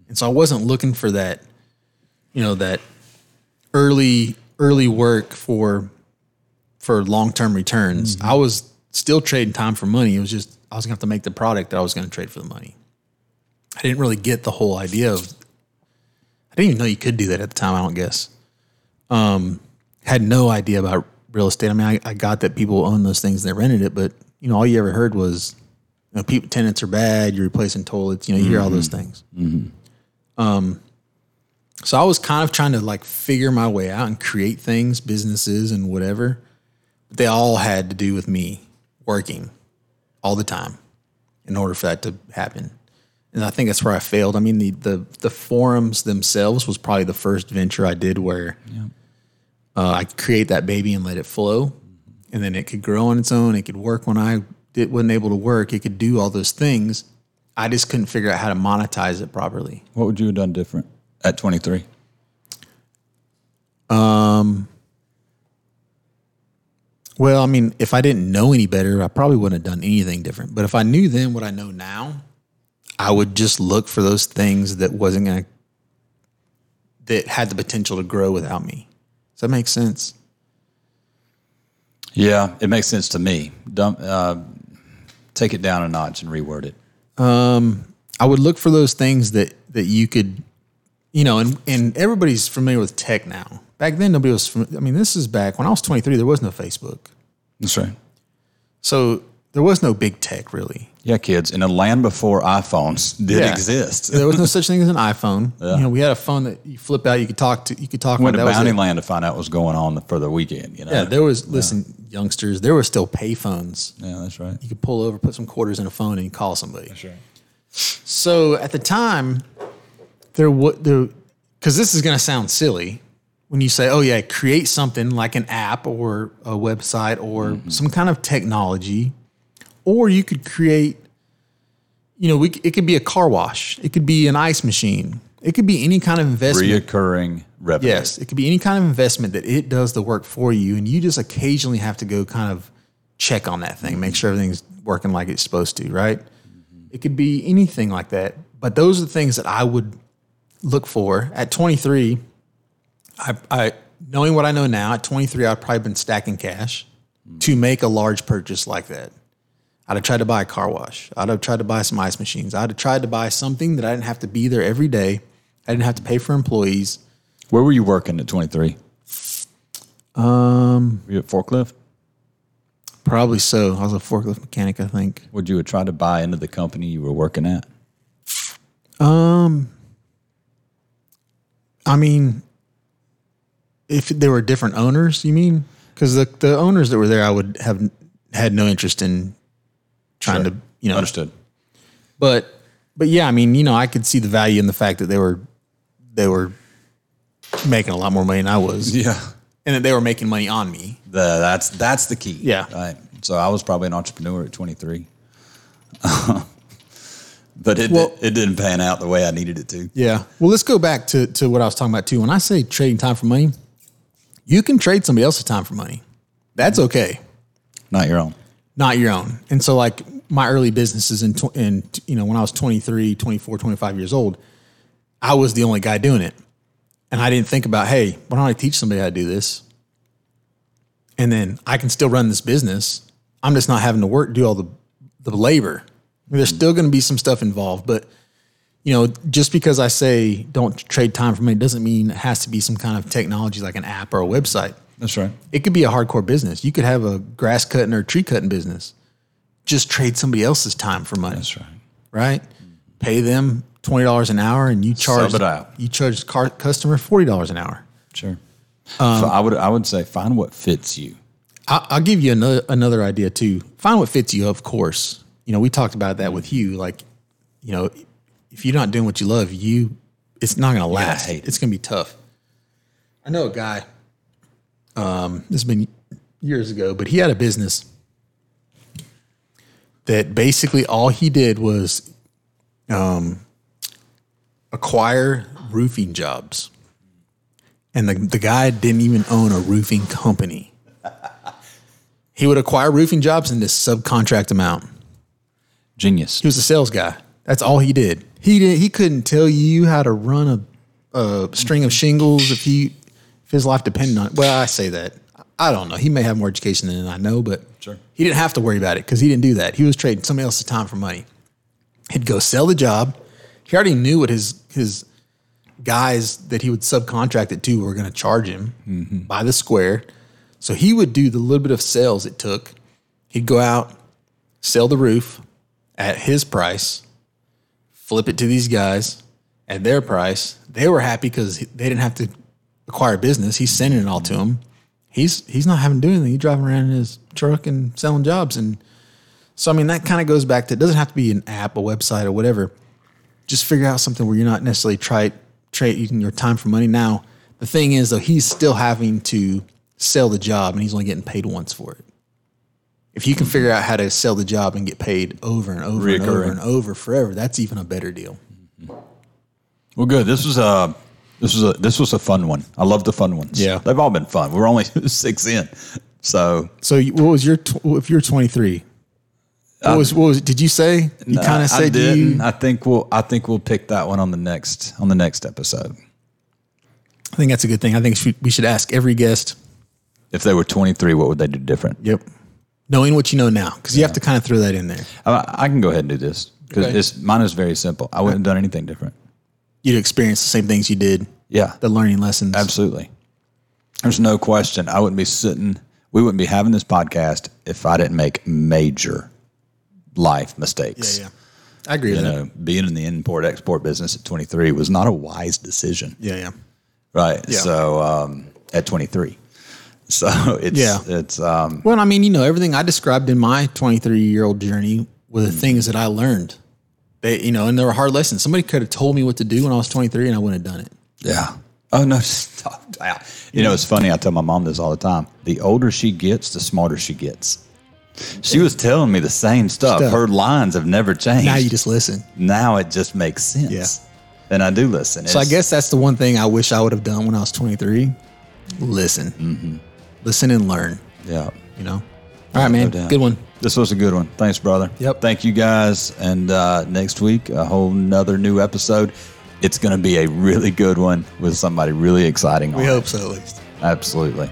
S2: And so I wasn't looking for that, you know, that early, early work for for long term returns. I was still trading time for money. It was just I was gonna have to make the product that I was gonna trade for the money. I didn't really get the whole idea of I didn't even know you could do that at the time, I don't guess. Um had no idea about real estate. I mean I, I got that people own those things and they rented it, but you know, all you ever heard was you know, people tenants are bad, you're replacing toilets, you know, you hear all those things. Um so I was kind of trying to like figure my way out and create things, businesses and whatever they all had to do with me working all the time in order for that to happen. And I think that's where I failed. I mean, the the, the forums themselves was probably the first venture I did where uh, I create that baby and let it flow, and then it could grow on its own. It could work when I it wasn't able to work. It could do all those things. I just couldn't figure out how to monetize it properly.
S3: What would you have done different at 23?
S2: Well, I mean, if I didn't know any better, I probably wouldn't have done anything different. But if I knew then what I know now, I would just look for those things that wasn't going to, that had the potential to grow without me. Does that make sense?
S3: Yeah, it makes sense to me. Dump, uh, take it down a notch and reword it.
S2: I would look for those things that that you could, you know, and and everybody's familiar with tech now. Back then, nobody was. Fam- I mean, this is back when I was 23. There was no Facebook,
S3: That's right.
S2: so there was no big tech really.
S3: Yeah, kids, in a land before iPhones did
S2: Yeah.
S3: exist.
S2: There was no such thing as an iPhone. You know, we had a phone that you flip out, you could talk to, you could talk. on,
S3: Went to
S2: that was it.
S3: Bounty Land to find out what's going on for the weekend. You know.
S2: Yeah, there was. Listen, youngsters, there were still pay phones.
S3: yeah that's right.
S2: you could pull over, put some quarters in a phone, and call somebody. So at the time, there would there because this is going to sound silly when you say, "Oh yeah, create something like an app or a website or some kind of technology," or you could create. You know, we, c- it could be a car wash. It could be an ice machine. It could be any kind of investment.
S3: Reoccurring revenue.
S2: Yes, it could be any kind of investment that it does the work for you, and you just occasionally have to go kind of check on that thing, make sure everything's working like it's supposed to, right? It could be anything like that. But those are the things that I would look for at 23. I, I knowing what I know now, at 23, I'd probably been stacking cash to make a large purchase like that. I'd have tried to buy a car wash. I'd have tried to buy some ice machines. I'd have tried to buy something that I didn't have to be there every day. I didn't have to pay for employees.
S3: Where were you working at 23? Um, were you at forklift?
S2: Probably so. I was a forklift mechanic, I think.
S3: Would you have tried to buy into the company you were working at?
S2: Um, I mean, if there were different owners, you mean? Because the the owners that were there, I would have had no interest in trying to, you know.
S3: Understood.
S2: But but yeah, I mean, you know, I could see the value in the fact that they were they were making a lot more money than I was,
S3: Yeah.
S2: and that they were making money on me.
S3: The, that's that's the key.
S2: Yeah.
S3: Right. So I was probably an entrepreneur at 23. but it,
S2: Well-
S3: it didn't pan out the way I needed it to.
S2: Yeah. Well, let's go back to to what I was talking about too. When I say trading time for money, you can trade somebody else's time for money. That's okay.
S3: Not your own.
S2: not your own. And so like my early businesses in, tw- in you know, when I was 23, 24, 25 years old, I was the only guy doing it. And I didn't think about, hey, why don't I teach somebody how to do this? And then I can still run this business. I'm just not having to work, do all the, the labor. I mean, there's still going to be some stuff involved, but you know, just because I say don't trade time for money doesn't mean it has to be some kind of technology like an app or a website
S3: That's right.
S2: it could be a hardcore business. You could have a grass cutting or tree cutting business. Just trade somebody else's time for money,
S3: That's right.
S2: right? Pay them twenty dollars an hour, and you charge
S3: it out.
S2: you charge the car customer forty dollars an hour.
S3: Sure. so I would I would say find what fits you.
S2: I, I'll give you another another idea too. Find what fits you, of course. You know, we talked about that with you. Like, you know, if you're not doing what you love, you it's not gonna last.
S3: hate it.
S2: It's gonna be tough. I know a guy. Um, this has been years ago, but he had a business that basically all he did was um, acquire roofing jobs, and the the guy didn't even own a roofing company. He would acquire roofing jobs and just subcontract them out.
S3: Genius.
S2: He was a sales guy. That's all he did. He did. He couldn't tell you how to run a, a string of shingles if he if his life depended on. it. Well, I say that. I don't know. He may have more education than I know, but
S3: Sure.
S2: he didn't have to worry about it because he didn't do that. He was trading somebody else's time for money. He'd go sell the job. He already knew what his his guys that he would subcontract it to were going to charge him by the square. So he would do the little bit of sales it took. He'd go out, sell the roof at his price, flip it to these guys at their price. They were happy because they didn't have to acquire business. He's sending it all to them. He's he's not having to do anything. He's driving around in his truck and selling jobs. And so I mean that kind of goes back to it doesn't have to be an app, a website, or whatever. Just figure out something where you're not necessarily try trading your time for money. Now the thing is though, he's still having to sell the job and he's only getting paid once for it. If you can figure out how to sell the job and get paid over and over and over
S3: Reoccurring.
S2: and over forever, that's even a better deal.
S3: Well, good. This was a this was a this was a fun one. I love the fun ones.
S2: Yeah.
S3: they've all been fun. We're only six in, so
S2: So you- what was your tw- if you're 23? What was what was did you say? You kind of
S3: uh, I
S2: said
S3: didn't.
S2: you.
S3: I think we'll I think we'll pick that one on the next on the next episode.
S2: I think that's a good thing. I think should- we should ask every guest.
S3: If they were 23, what would they do different?
S2: Yep. Knowing what you know now, because you have to kind of throw that in there.
S3: I, I can go ahead and do this because
S2: Okay.
S3: it's mine is very simple. I wouldn't have done anything different.
S2: You'd experience the same things you did,
S3: Yeah,
S2: the learning lessons.
S3: absolutely. There's no question. I wouldn't be sitting. We wouldn't be having this podcast if I didn't make major life mistakes.
S2: Yeah, yeah. I agree
S3: You
S2: with that.
S3: know, being in the import export business at 23 was not a wise decision.
S2: Yeah, yeah.
S3: Right. So um, at 23. So it's
S2: Yeah.
S3: it's um,
S2: Well, I mean, you know, everything I described in my 23 year old journey were the things that I learned. They, you know, and there were hard lessons. Somebody could have told me what to do when I was 23 and I wouldn't have done it.
S3: Yeah. Oh no! Stop. Ah. You know, it's funny. I tell my mom this all the time. The older she gets, the smarter she gets. She was telling me the same stuff.
S2: Stuff.
S3: Her lines have never changed.
S2: Now you just listen.
S3: Now it just makes sense.
S2: Yeah.
S3: And I do listen.
S2: So I
S3: It's-
S2: guess that's the one thing I wish I would have done when I was 23. Listen, listen and learn,
S3: Yeah.
S2: you know? All right, man.
S3: doubt.
S2: Good one.
S3: This was a good one. Thanks, brother.
S2: Yep.
S3: Thank you guys. And uh, next week, a whole nother new episode. It's going to be a really good one with somebody really exciting.
S2: We
S3: on it.
S2: hope so, at least.
S3: Absolutely.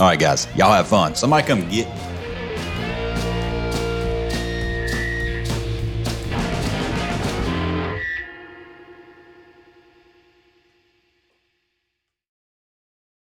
S3: All right, guys. Y'all have fun. Somebody come get.